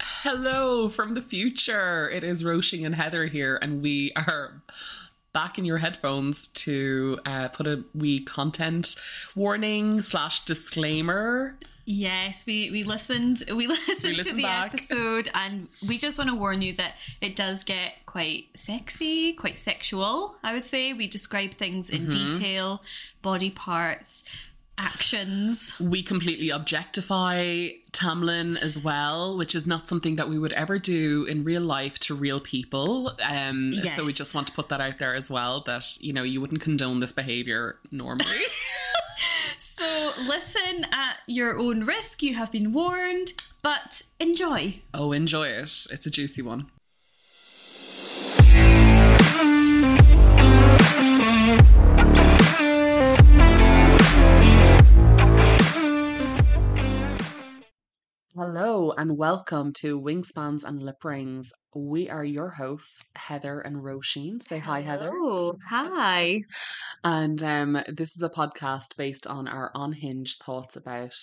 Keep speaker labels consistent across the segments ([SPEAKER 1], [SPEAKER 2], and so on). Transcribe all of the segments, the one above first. [SPEAKER 1] Hello from the future. It is Roisin and Heather here, and we are back in your headphones to uh, put a wee content warning slash disclaimer.
[SPEAKER 2] Yes, we, we listened we listened to
[SPEAKER 1] listened
[SPEAKER 2] the
[SPEAKER 1] back.
[SPEAKER 2] episode and we just want to warn you that it does get quite sexy, quite sexual, I would say. We describe things in
[SPEAKER 1] Mm-hmm.
[SPEAKER 2] detail, body parts, actions.
[SPEAKER 1] We completely objectify Tamlin as well, which is not something that we would ever do in real life to real people. Um,
[SPEAKER 2] Yes.
[SPEAKER 1] So we just want to put that out there as well that you know you wouldn't condone this behavior normally.
[SPEAKER 2] So listen at your own risk, you have been warned, but enjoy.
[SPEAKER 1] oh, enjoy it! It's a juicy one. Hello and welcome to Wingspans and Lip Rings. We are your hosts, Heather and Roisin. Say hi, Heather.
[SPEAKER 2] Hello. Oh, Hi.
[SPEAKER 1] And um, this is a podcast based on our unhinged thoughts about,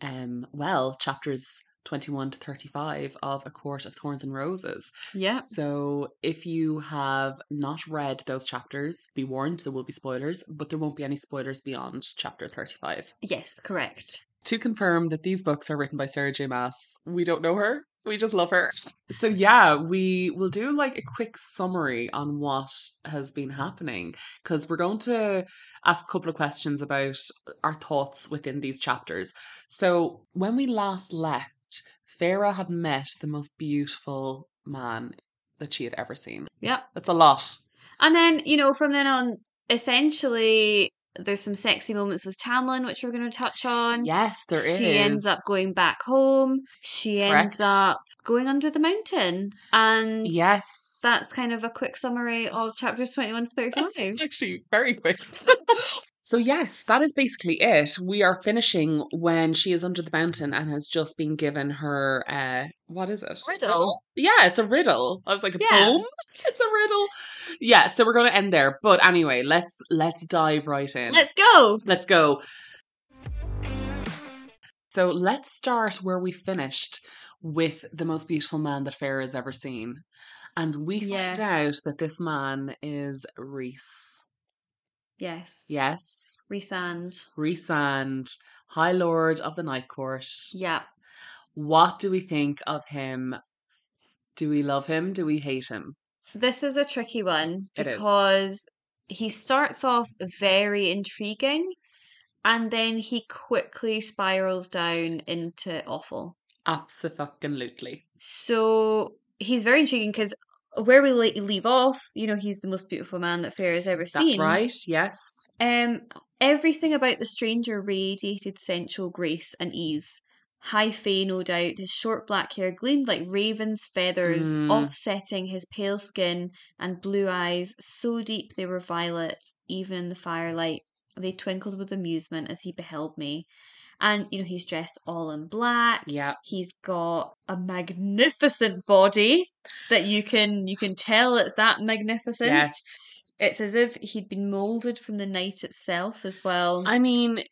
[SPEAKER 1] um, well, chapters 21 to 35 of A Court of Thorns and Roses.
[SPEAKER 2] Yep.
[SPEAKER 1] So if you have not read those chapters, be warned there will be spoilers, but there won't be any spoilers beyond chapter 35.
[SPEAKER 2] Yes, correct.
[SPEAKER 1] To confirm that these books are written by Sarah J. Maas, we don't know her. We just love her. So yeah, we will do like a quick summary on what has been happening because we're going to ask a couple of questions about our thoughts within these chapters. So when we last left, Farah had met the most beautiful man that she had ever seen.
[SPEAKER 2] Yep.
[SPEAKER 1] That's a lot.
[SPEAKER 2] And then, you know, from then on, essentially, there's some sexy moments with Tamlin, which we're going to touch on.
[SPEAKER 1] Yes, there is.
[SPEAKER 2] She ends up going back home. She
[SPEAKER 1] Correct.
[SPEAKER 2] ends up going under the mountain. And
[SPEAKER 1] Yes.
[SPEAKER 2] that's kind of a quick summary of chapters 21 to 35.
[SPEAKER 1] That's actually very quick. so yes, that is basically it. We are finishing when she is under the mountain and has just been given her uh what is it?
[SPEAKER 2] Riddle.
[SPEAKER 1] Yeah, it's a riddle. I was like a
[SPEAKER 2] Yeah.
[SPEAKER 1] poem. It's a riddle. Yeah, so we're going to end there. But anyway, let's let's dive right in.
[SPEAKER 2] Let's go.
[SPEAKER 1] Let's go. So let's start where we finished with the most beautiful man that Farah has ever seen. And we
[SPEAKER 2] Yes.
[SPEAKER 1] find out that this man is Reese.
[SPEAKER 2] Yes.
[SPEAKER 1] Yes,
[SPEAKER 2] Resand.
[SPEAKER 1] Reese and High Lord of the Night Court.
[SPEAKER 2] Yeah.
[SPEAKER 1] What do we think of him? Do we love him? Do we hate him?
[SPEAKER 2] This is a tricky one
[SPEAKER 1] It is.
[SPEAKER 2] because he starts off very intriguing and then he quickly spirals down into awful.
[SPEAKER 1] Absolutely.
[SPEAKER 2] So he's very intriguing because where we le- leave off, you know, he's the most beautiful man that Fair has ever seen.
[SPEAKER 1] That's right. Yes.
[SPEAKER 2] Um, everything about the stranger radiated sensual grace and ease. High fey, no doubt. His short black hair gleamed like raven's feathers,
[SPEAKER 1] Mm.
[SPEAKER 2] offsetting his pale skin and blue eyes so deep they were violet, even in the firelight. They twinkled with amusement as he beheld me. And, you know, he's dressed all in black.
[SPEAKER 1] Yeah.
[SPEAKER 2] He's got a magnificent body that you can you can tell it's that magnificent.
[SPEAKER 1] Yeah.
[SPEAKER 2] It's as if he'd been molded from the night itself as well.
[SPEAKER 1] I mean, eh,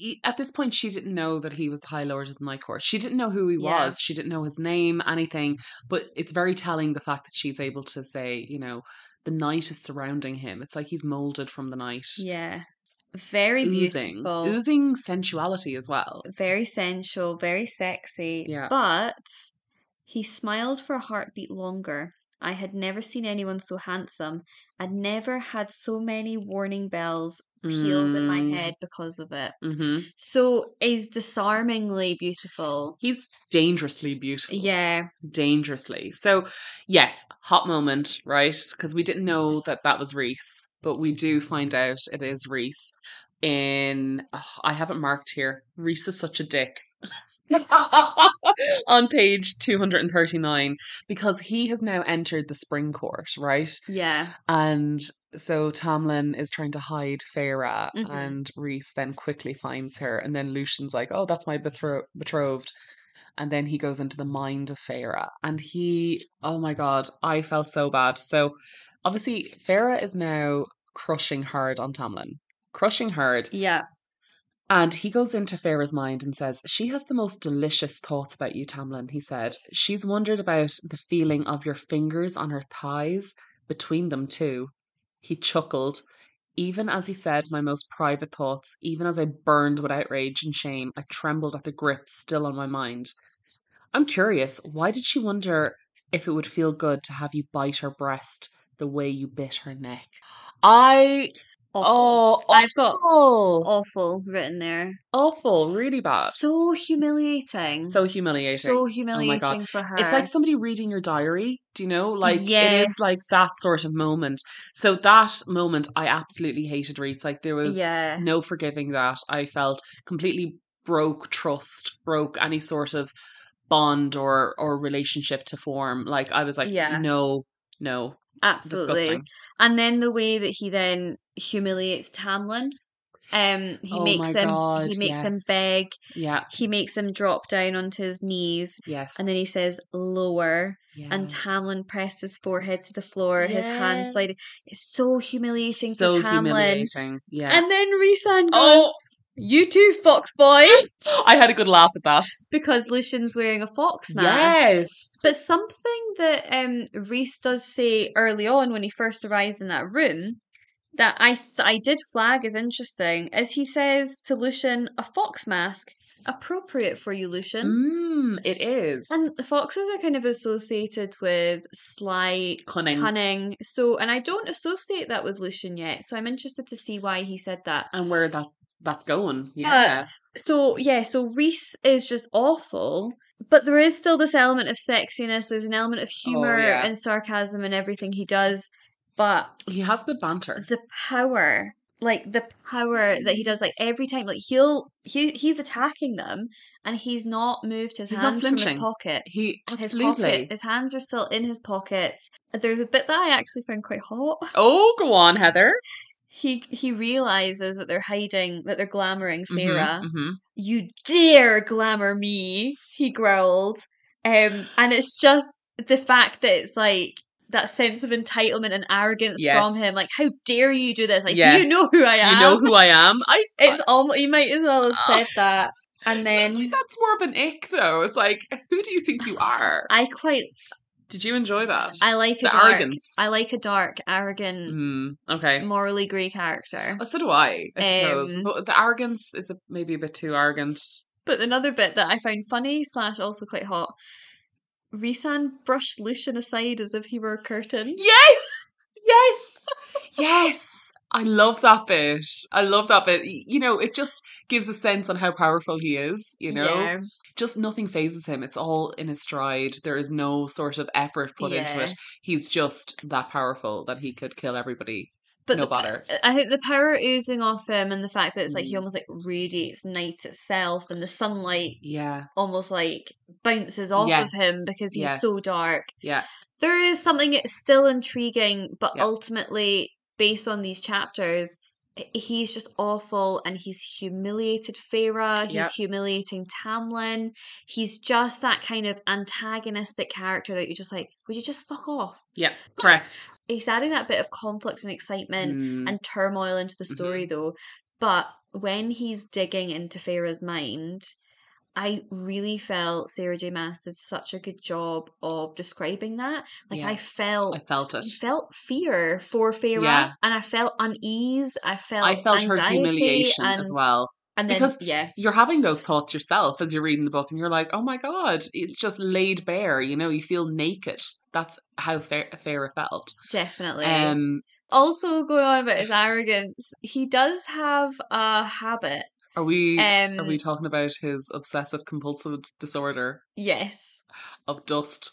[SPEAKER 1] y- at this point, she didn't know that he was the High Lord of the Night Court. She didn't know who he
[SPEAKER 2] Yeah.
[SPEAKER 1] was. She didn't know his name, anything. But it's very telling the fact that she's able to say, you know, the night is surrounding him. It's like he's molded from the night.
[SPEAKER 2] yeah. Very
[SPEAKER 1] Oozing,
[SPEAKER 2] beautiful,
[SPEAKER 1] oozing sensuality as well.
[SPEAKER 2] very sensual, very sexy.
[SPEAKER 1] Yeah.
[SPEAKER 2] But he smiled for a heartbeat longer. I had never seen anyone so handsome. I'd never had so many warning bells pealed in
[SPEAKER 1] Mm.
[SPEAKER 2] my head because of it.
[SPEAKER 1] hmm
[SPEAKER 2] So is disarmingly beautiful.
[SPEAKER 1] He's dangerously beautiful.
[SPEAKER 2] Yeah,
[SPEAKER 1] dangerously. So, yes, hot moment, right? Because we didn't know that that was Reese, but we do find out it is Reese. In ugh, I haven't marked here. Reese is such a dick. on page 239 because he has now entered the spring court right
[SPEAKER 2] yeah,
[SPEAKER 1] and so tamlin is trying to hide farah
[SPEAKER 2] Mhm.
[SPEAKER 1] and reese then quickly finds her and then lucian's like oh that's my betro- betrothed and then he goes into the mind of Farah. And he, oh my god, I felt so bad. So obviously, Farah is now crushing hard on Tamlin, crushing hard.
[SPEAKER 2] yeah.
[SPEAKER 1] And he goes into Farah's mind and says, She has the most delicious thoughts about you, Tamlin, he said. She's wondered about the feeling of your fingers on her thighs, between them too. He chuckled. Even as he said my most private thoughts, even as I burned with outrage and shame, I trembled at the grip still on my mind. I'm curious, why did she wonder if it would feel good to have you bite her breast the way you bit her neck? I
[SPEAKER 2] Awful.
[SPEAKER 1] oh
[SPEAKER 2] I've got
[SPEAKER 1] awful.
[SPEAKER 2] awful written there.
[SPEAKER 1] awful, really bad.
[SPEAKER 2] So humiliating.
[SPEAKER 1] Uh, So humiliating.
[SPEAKER 2] Mm-hmm.
[SPEAKER 1] Oh
[SPEAKER 2] So
[SPEAKER 1] my
[SPEAKER 2] humiliating
[SPEAKER 1] God.
[SPEAKER 2] for her.
[SPEAKER 1] it's like somebody reading your diary. Do you know? Like it is like
[SPEAKER 2] Yes.
[SPEAKER 1] that sort of moment. So that moment I absolutely hated Reese. Like there was
[SPEAKER 2] yeah.
[SPEAKER 1] no forgiving that. I felt completely broke trust, broke any sort of bond or or relationship to form. Like I was like,
[SPEAKER 2] Yeah.
[SPEAKER 1] no, no,
[SPEAKER 2] Absolutely.
[SPEAKER 1] disgusting.
[SPEAKER 2] And then the way that he then humiliates Tamlin. Um he
[SPEAKER 1] Oh
[SPEAKER 2] makes
[SPEAKER 1] my
[SPEAKER 2] him
[SPEAKER 1] God,
[SPEAKER 2] he makes him
[SPEAKER 1] yes.
[SPEAKER 2] beg,
[SPEAKER 1] Yeah,
[SPEAKER 2] he makes him drop down onto his knees,
[SPEAKER 1] yes.
[SPEAKER 2] and then he says lower. And
[SPEAKER 1] yes.
[SPEAKER 2] Tamlin pressed his forehead to the floor, his hands sliding. It's so humiliating
[SPEAKER 1] so
[SPEAKER 2] for Tamlin.
[SPEAKER 1] humiliating. Yeah.
[SPEAKER 2] And then Resan goes,
[SPEAKER 1] Oh.
[SPEAKER 2] You too, fox boy!
[SPEAKER 1] I had a good laugh at that.
[SPEAKER 2] Because Lucian's wearing a fox mask.
[SPEAKER 1] Yes.
[SPEAKER 2] But something that um, Reese does say early on when he first arrives in that room that I th- I did flag as interesting is he says to Lucian, a fox mask, appropriate for you, Lucian.
[SPEAKER 1] Mm, it is.
[SPEAKER 2] And the foxes are kind of associated with sly
[SPEAKER 1] cunning.
[SPEAKER 2] cunning. So, and I don't associate that with Lucian yet. So I'm interested to see why he said that.
[SPEAKER 1] And where that that's going. Yeah.
[SPEAKER 2] But- Uh, so yeah, so Reese is just awful, but there is still this element of sexiness. There's an element of humor
[SPEAKER 1] Oh, yeah.
[SPEAKER 2] and sarcasm in everything he does, but
[SPEAKER 1] he has good banter.
[SPEAKER 2] the power, like the power that he does, like every time, like he'll he he's attacking them, and he's not moved his
[SPEAKER 1] He's not
[SPEAKER 2] hands from his
[SPEAKER 1] flinching.
[SPEAKER 2] pocket.
[SPEAKER 1] He
[SPEAKER 2] His pocket,
[SPEAKER 1] absolutely.
[SPEAKER 2] his hands are still in his pockets. There's a bit that I actually found quite hot.
[SPEAKER 1] Oh, go on, Heather.
[SPEAKER 2] He he realizes that they're hiding, that they're glamoring
[SPEAKER 1] Mhm,
[SPEAKER 2] Farah.
[SPEAKER 1] mhm.
[SPEAKER 2] You dare glamour me, he growled. Um, and it's just the fact that it's like that sense of entitlement and arrogance from
[SPEAKER 1] Yes.
[SPEAKER 2] him. Like, how dare you do this? Like, do
[SPEAKER 1] Yes.
[SPEAKER 2] you know who I
[SPEAKER 1] Do
[SPEAKER 2] am?
[SPEAKER 1] you Ah. know who I am? I.
[SPEAKER 2] it's almost you might as well have said that. And
[SPEAKER 1] Do you think
[SPEAKER 2] then
[SPEAKER 1] that's more of an ick, though. It's like, who do you think you are?
[SPEAKER 2] I quite
[SPEAKER 1] Did you enjoy that?
[SPEAKER 2] I like a
[SPEAKER 1] the
[SPEAKER 2] dark
[SPEAKER 1] arrogance.
[SPEAKER 2] I like a dark, arrogant,
[SPEAKER 1] Mm, okay.
[SPEAKER 2] morally grey character.
[SPEAKER 1] Oh, so do I. I suppose,
[SPEAKER 2] Um,
[SPEAKER 1] but the arrogance is a, maybe a bit too arrogant.
[SPEAKER 2] But another bit that I found funny slash also quite hot. Risan brushed Lucian aside as if he were a curtain.
[SPEAKER 1] Yes, yes, yes. I love that bit. I love that bit. Y- You know, it just gives a sense on how powerful he is. You know,
[SPEAKER 2] Yeah.
[SPEAKER 1] just nothing phases him. It's all in his stride. There is no sort of effort put into
[SPEAKER 2] Yeah.
[SPEAKER 1] it. He's just that powerful that he could kill everybody.
[SPEAKER 2] But
[SPEAKER 1] no
[SPEAKER 2] the, pa-
[SPEAKER 1] bother.
[SPEAKER 2] I think the power oozing off him and the fact that it's like he
[SPEAKER 1] Mm.
[SPEAKER 2] almost like radiates night itself and the sunlight
[SPEAKER 1] Yeah,
[SPEAKER 2] almost like bounces off of him
[SPEAKER 1] Yes,
[SPEAKER 2] because he's so
[SPEAKER 1] yes.
[SPEAKER 2] dark.
[SPEAKER 1] yeah,
[SPEAKER 2] There is something that's still intriguing, but
[SPEAKER 1] Yeah.
[SPEAKER 2] ultimately, based on these chapters, h- he's just awful and he's humiliated Feyre, he's
[SPEAKER 1] Yeah.
[SPEAKER 2] humiliating Tamlin. He's just that kind of antagonistic character that you're just like, would you just fuck off?
[SPEAKER 1] yeah. Correct.
[SPEAKER 2] He's adding that bit of conflict and excitement
[SPEAKER 1] Mm.
[SPEAKER 2] and turmoil into the
[SPEAKER 1] Mhm.
[SPEAKER 2] story though. But when he's digging into Farah's mind, I really felt Sarah J. Maas did such a good job of describing that. Like I
[SPEAKER 1] Yes,
[SPEAKER 2] felt
[SPEAKER 1] I felt it.
[SPEAKER 2] I felt fear for Farah
[SPEAKER 1] Yeah.
[SPEAKER 2] and I felt unease. I felt
[SPEAKER 1] I felt her
[SPEAKER 2] anxiety
[SPEAKER 1] humiliation
[SPEAKER 2] and,
[SPEAKER 1] as well.
[SPEAKER 2] And then
[SPEAKER 1] Because-
[SPEAKER 2] yeah.
[SPEAKER 1] You're having those thoughts yourself as you're reading the book, and you're like, "Oh my god, it's just laid bare." You know, you feel naked. That's how Fa- Farah felt.
[SPEAKER 2] Definitely.
[SPEAKER 1] Um,
[SPEAKER 2] also going on about his arrogance, he does have a habit.
[SPEAKER 1] are we
[SPEAKER 2] Um
[SPEAKER 1] are we talking about his obsessive compulsive disorder
[SPEAKER 2] yes.
[SPEAKER 1] of dust?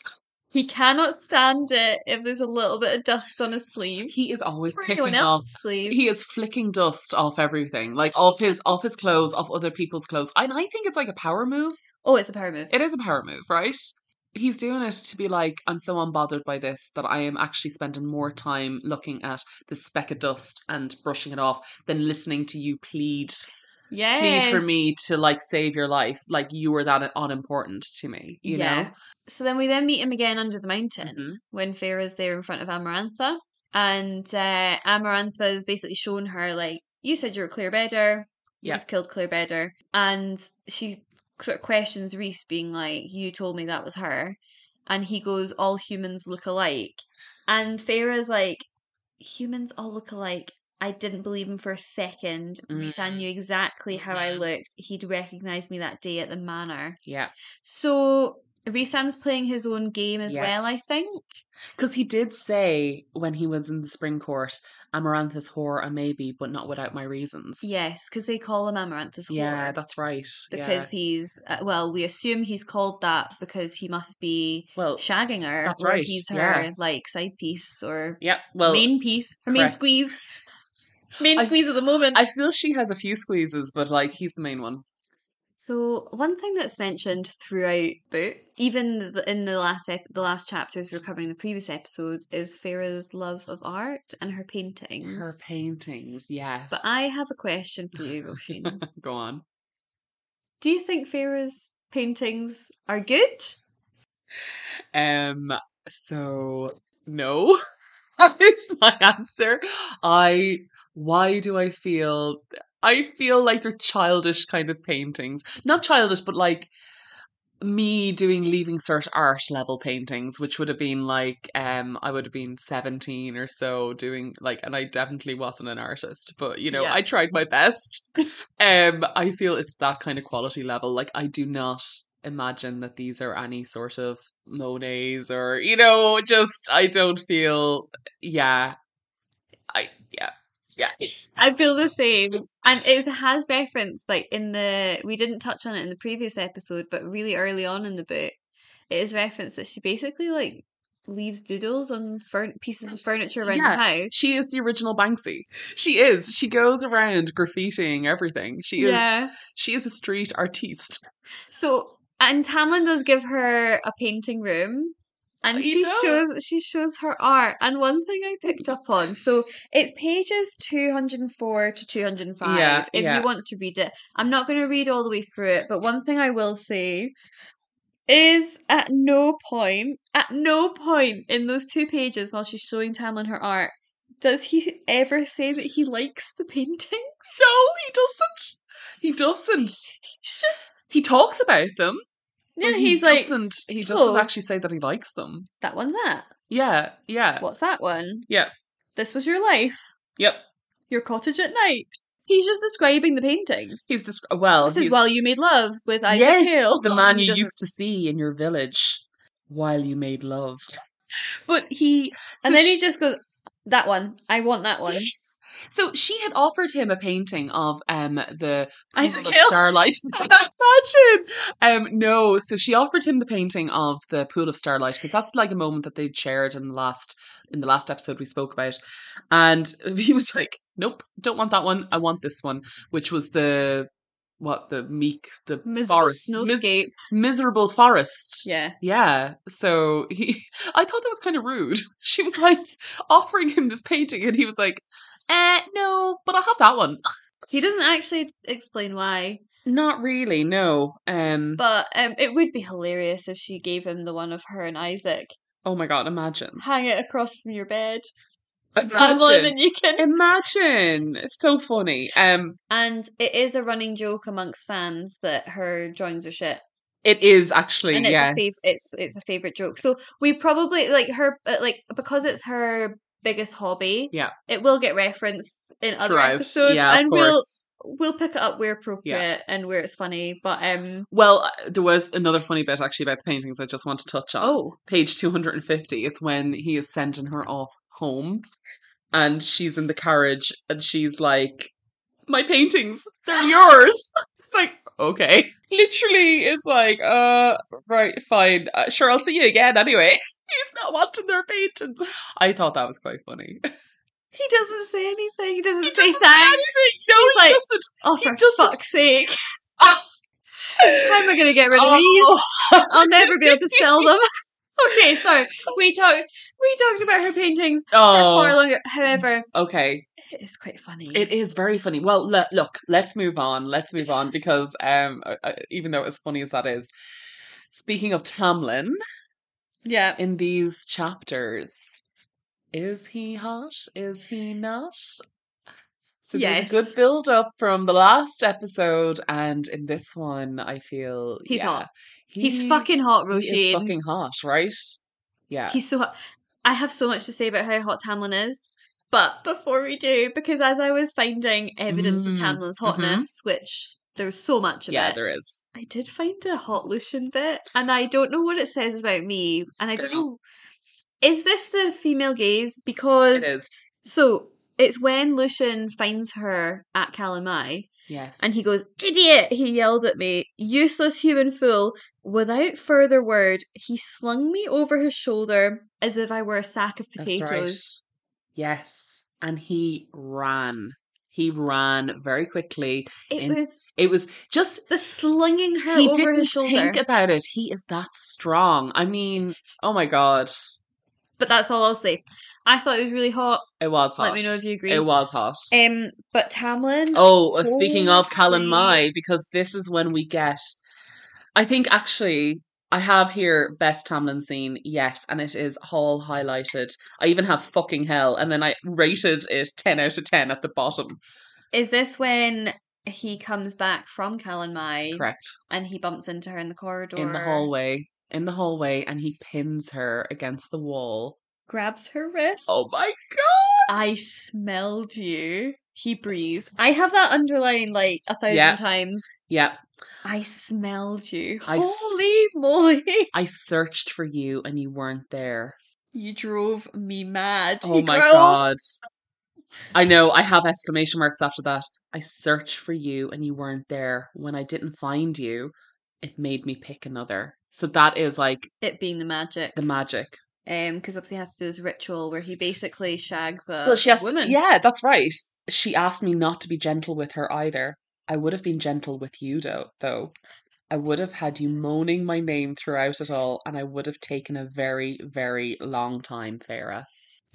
[SPEAKER 2] He cannot stand it if there's a little bit of dust on his sleeve.
[SPEAKER 1] He is always
[SPEAKER 2] Or anyone
[SPEAKER 1] picking up.
[SPEAKER 2] else's sleeve.
[SPEAKER 1] He is flicking dust off everything, like off his off his clothes, off other people's clothes, and I think it's like a power move.
[SPEAKER 2] oh, it's a power move.
[SPEAKER 1] It is a power move, right? He's doing it to be like, I'm so unbothered by this that I am actually spending more time looking at the speck of dust and brushing it off than listening to you plead,
[SPEAKER 2] Yeah.
[SPEAKER 1] plead for me to like save your life. Like you were that unimportant to me, you know?
[SPEAKER 2] So then we then meet him again under the mountain
[SPEAKER 1] Mhm.
[SPEAKER 2] when Farah's there in front of Amarantha. And uh, Amarantha is basically showing her, like, you said you're a clear bedder.
[SPEAKER 1] Yeah.
[SPEAKER 2] You've killed Claire Bedder. And she sort of questions Reese, being like, You told me that was her. And he goes, All humans look alike. And Farah's like, Humans all look alike. I didn't believe him for a second. Reese, I
[SPEAKER 1] Mhm.
[SPEAKER 2] knew exactly how I
[SPEAKER 1] Mhm.
[SPEAKER 2] looked. He'd recognized me that day at the manor.
[SPEAKER 1] Yeah.
[SPEAKER 2] So Risan's playing his own game as well, I think.
[SPEAKER 1] Because he did say when he was in the spring course, Amaranthus whore a maybe, but not without my reasons.
[SPEAKER 2] Yes, because they call him Amaranthus
[SPEAKER 1] Yeah,
[SPEAKER 2] Whore.
[SPEAKER 1] that's right.
[SPEAKER 2] because
[SPEAKER 1] yeah.
[SPEAKER 2] he's uh, well, we assume he's called that because he must be
[SPEAKER 1] well,
[SPEAKER 2] shagging her.
[SPEAKER 1] that's
[SPEAKER 2] or
[SPEAKER 1] right,
[SPEAKER 2] He's her
[SPEAKER 1] yeah.
[SPEAKER 2] like side piece or
[SPEAKER 1] yeah. Well,
[SPEAKER 2] main piece or main
[SPEAKER 1] correct.
[SPEAKER 2] squeeze. Main
[SPEAKER 1] I-
[SPEAKER 2] squeeze at the moment.
[SPEAKER 1] I feel she has a few squeezes, but like he's the main one.
[SPEAKER 2] So one thing that's mentioned throughout book, even th- in the last ep- the last chapters we're covering the previous episodes, is Farah's love of art and her paintings.
[SPEAKER 1] Her paintings, yes.
[SPEAKER 2] But I have a question for you, Roisin.
[SPEAKER 1] go on.
[SPEAKER 2] Do you think Farah's paintings are good?
[SPEAKER 1] Um. So no, that is my answer. I. Why do I feel? I feel like they're childish kind of paintings. Not childish, but like me doing leaving cert art level paintings, which would have been like um I would have been seventeen or so doing like and I definitely wasn't an artist, but you know,
[SPEAKER 2] Yeah.
[SPEAKER 1] I tried my best. um I feel it's that kind of quality level. Like I do not imagine that these are any sort of Monets or you know, just I don't feel yeah. I yeah. Yeah.
[SPEAKER 2] I feel the same. And it has reference like in the we didn't touch on it in the previous episode, but really early on in the book, it is referenced that she basically like leaves doodles on furn- pieces of furniture around
[SPEAKER 1] Yeah.
[SPEAKER 2] the house.
[SPEAKER 1] She is the original Banksy. She is. She goes around graffitiing everything. She is
[SPEAKER 2] Yeah.
[SPEAKER 1] She is a street artiste.
[SPEAKER 2] So and Tamlin does give her a painting room. And
[SPEAKER 1] Oh, He
[SPEAKER 2] she
[SPEAKER 1] does.
[SPEAKER 2] shows she shows her art. And one thing I picked up on, so it's pages two hundred and four to two hundred and five.
[SPEAKER 1] Yeah,
[SPEAKER 2] if
[SPEAKER 1] yeah.
[SPEAKER 2] you want to read it, I'm not going to read all the way through it. But one thing I will say is, at no point, at no point in those two pages while she's showing Tamlin her art, does he ever say that he likes the painting?
[SPEAKER 1] No, he doesn't. He doesn't.
[SPEAKER 2] It's just
[SPEAKER 1] He talks about them.
[SPEAKER 2] yeah.
[SPEAKER 1] but he
[SPEAKER 2] He's like
[SPEAKER 1] doesn't. he doesn't
[SPEAKER 2] "Oh."
[SPEAKER 1] actually say that he likes them.
[SPEAKER 2] that one's that.
[SPEAKER 1] Yeah, yeah,
[SPEAKER 2] What's that one?
[SPEAKER 1] Uh, Yeah.
[SPEAKER 2] This was your life.
[SPEAKER 1] yep.
[SPEAKER 2] Your cottage at night. He's just describing the paintings.
[SPEAKER 1] He's just uh, well.
[SPEAKER 2] This is
[SPEAKER 1] he's-
[SPEAKER 2] while you made love with Isaac
[SPEAKER 1] yes,
[SPEAKER 2] Hale.
[SPEAKER 1] the
[SPEAKER 2] Not
[SPEAKER 1] man
[SPEAKER 2] that he
[SPEAKER 1] you
[SPEAKER 2] doesn't-
[SPEAKER 1] used to see in your village while you made love. But he so
[SPEAKER 2] and then
[SPEAKER 1] she-
[SPEAKER 2] he just goes, "That one. I want that one."
[SPEAKER 1] Yes. So she had offered him a painting of um the Pool
[SPEAKER 2] Isaac
[SPEAKER 1] of
[SPEAKER 2] Hill.
[SPEAKER 1] Starlight. Imagine. Um no, so she offered him the painting of the Pool of Starlight because that's like a moment that they'd shared in the last in the last episode we spoke about. And he was like, Nope, don't want that one. I want this one, which was the what, the meek, the
[SPEAKER 2] Miserable
[SPEAKER 1] forest. mis-
[SPEAKER 2] snowscape.
[SPEAKER 1] miserable forest.
[SPEAKER 2] yeah.
[SPEAKER 1] Yeah. So he, I thought that was kind of rude. She was like offering him this painting, and he was like, "Eh, no, but I'll have that one."
[SPEAKER 2] He doesn't actually ex- explain why,
[SPEAKER 1] Not really. No. Um.
[SPEAKER 2] but um, it would be hilarious if she gave him the one of her and Isaac.
[SPEAKER 1] oh my god! Imagine.
[SPEAKER 2] Hang it across from your bed, Tamlin,
[SPEAKER 1] Imagine.
[SPEAKER 2] and you can.
[SPEAKER 1] Imagine. It's So funny. Um.
[SPEAKER 2] And it is a running joke amongst fans that her drawings are shit.
[SPEAKER 1] It is actually.
[SPEAKER 2] and it's
[SPEAKER 1] yes.
[SPEAKER 2] a fav- it's it's a favorite joke. So we probably like her uh, like because it's her biggest hobby.
[SPEAKER 1] Yeah.
[SPEAKER 2] it will get referenced in other
[SPEAKER 1] Thrives.
[SPEAKER 2] episodes,
[SPEAKER 1] Yeah. of
[SPEAKER 2] and we'll
[SPEAKER 1] course.
[SPEAKER 2] we'll pick it up where appropriate and where it's funny. But um,
[SPEAKER 1] Well, uh, there was another funny bit actually about the paintings. I just want to touch on.
[SPEAKER 2] oh
[SPEAKER 1] page 250 it's when he is sending her off home and she's in the carriage and she's like my paintings they're yours it's like okay literally it's like uh right fine uh, sure i'll see you again anyway he's not wanting their paintings i thought that was quite funny
[SPEAKER 2] he doesn't say anything. He doesn't
[SPEAKER 1] he
[SPEAKER 2] say
[SPEAKER 1] doesn't say
[SPEAKER 2] thanks.
[SPEAKER 1] anything no
[SPEAKER 2] He's
[SPEAKER 1] he
[SPEAKER 2] like-
[SPEAKER 1] doesn't
[SPEAKER 2] Oh,
[SPEAKER 1] he
[SPEAKER 2] for
[SPEAKER 1] doesn't-
[SPEAKER 2] fuck's sake! How
[SPEAKER 1] i'm
[SPEAKER 2] am I gonna get rid of
[SPEAKER 1] Oh.
[SPEAKER 2] these? I'll never be able to sell them. okay, sorry. We talked we talked about her paintings for far
[SPEAKER 1] oh
[SPEAKER 2] longer. However,
[SPEAKER 1] okay
[SPEAKER 2] it is quite funny.
[SPEAKER 1] It is very funny. Well, le- look, let's move on. Let's move on because um, uh, uh, even though as funny as that is, speaking of Tamlin
[SPEAKER 2] yeah.
[SPEAKER 1] in these chapters, is he hot? Is he not? So there's
[SPEAKER 2] Yes.
[SPEAKER 1] a good build up from the last episode, and in this one, I feel
[SPEAKER 2] He's
[SPEAKER 1] yeah,
[SPEAKER 2] hot. He's
[SPEAKER 1] he-
[SPEAKER 2] fucking hot,
[SPEAKER 1] he is
[SPEAKER 2] Roisin.
[SPEAKER 1] fucking hot, right? Yeah,
[SPEAKER 2] He's so hot. I have so much to say about how hot Tamlin is. But before we do, because as I was finding evidence of
[SPEAKER 1] Mm,
[SPEAKER 2] Tamlin's hotness, which there's so much of
[SPEAKER 1] yeah,
[SPEAKER 2] it,
[SPEAKER 1] there is.
[SPEAKER 2] I did find a hot Lucian bit. And I don't know what it says about me. And I don't
[SPEAKER 1] Girl.
[SPEAKER 2] know. Is this the female gaze?
[SPEAKER 1] It
[SPEAKER 2] Because.
[SPEAKER 1] is.
[SPEAKER 2] So it's when Lucian finds her at Calamai.
[SPEAKER 1] Yes,
[SPEAKER 2] And he goes, Idiot! He yelled at me, useless human fool. Without further word, he slung me over his shoulder as if I were a sack of
[SPEAKER 1] That's right.
[SPEAKER 2] potatoes.
[SPEAKER 1] Yes, and he ran. He ran very quickly.
[SPEAKER 2] It
[SPEAKER 1] In-
[SPEAKER 2] was
[SPEAKER 1] It was just
[SPEAKER 2] the slinging her
[SPEAKER 1] he
[SPEAKER 2] over
[SPEAKER 1] didn't
[SPEAKER 2] his shoulder.
[SPEAKER 1] think about it. He is that strong. I mean, oh my god,
[SPEAKER 2] but that's all I'll say. I thought it was really hot.
[SPEAKER 1] it was hot.
[SPEAKER 2] Let me know if you agree.
[SPEAKER 1] It was hot.
[SPEAKER 2] Um, but Tamlin.
[SPEAKER 1] Oh, uh, speaking of Callan
[SPEAKER 2] holy-
[SPEAKER 1] Mai, because this is when we get. I think actually, I have here best Tamlin scene, yes, and it is all highlighted. I even have fucking hell, and then I rated it 10 out of 10 at the bottom.
[SPEAKER 2] Is this when he comes back from Calamai
[SPEAKER 1] Correct.
[SPEAKER 2] and he bumps into her in the corridor?
[SPEAKER 1] In the hallway, in the hallway, and he pins her against the wall.
[SPEAKER 2] Grabs her wrist.
[SPEAKER 1] Oh my god!
[SPEAKER 2] I smelled you. He breathed. I have that underlined like a thousand
[SPEAKER 1] Yeah.
[SPEAKER 2] times.
[SPEAKER 1] Yeah,
[SPEAKER 2] I smelled you.
[SPEAKER 1] I s-
[SPEAKER 2] Holy moly.
[SPEAKER 1] I searched for you and you weren't there.
[SPEAKER 2] You drove me mad.
[SPEAKER 1] Oh
[SPEAKER 2] He
[SPEAKER 1] my
[SPEAKER 2] growled.
[SPEAKER 1] god. I know, I have exclamation marks after that. I searched for you and you weren't there. When I didn't find you, it made me pick another. So that is like
[SPEAKER 2] It being the magic.
[SPEAKER 1] the magic.
[SPEAKER 2] um, because obviously he has to do this ritual where he basically shags a
[SPEAKER 1] well, she has
[SPEAKER 2] woman.
[SPEAKER 1] Yeah, that's right. She asked me not to be gentle with her either. I would have been gentle with you though, though. I would have had you moaning my name throughout it all, and I would have taken a very, very long time, Farah.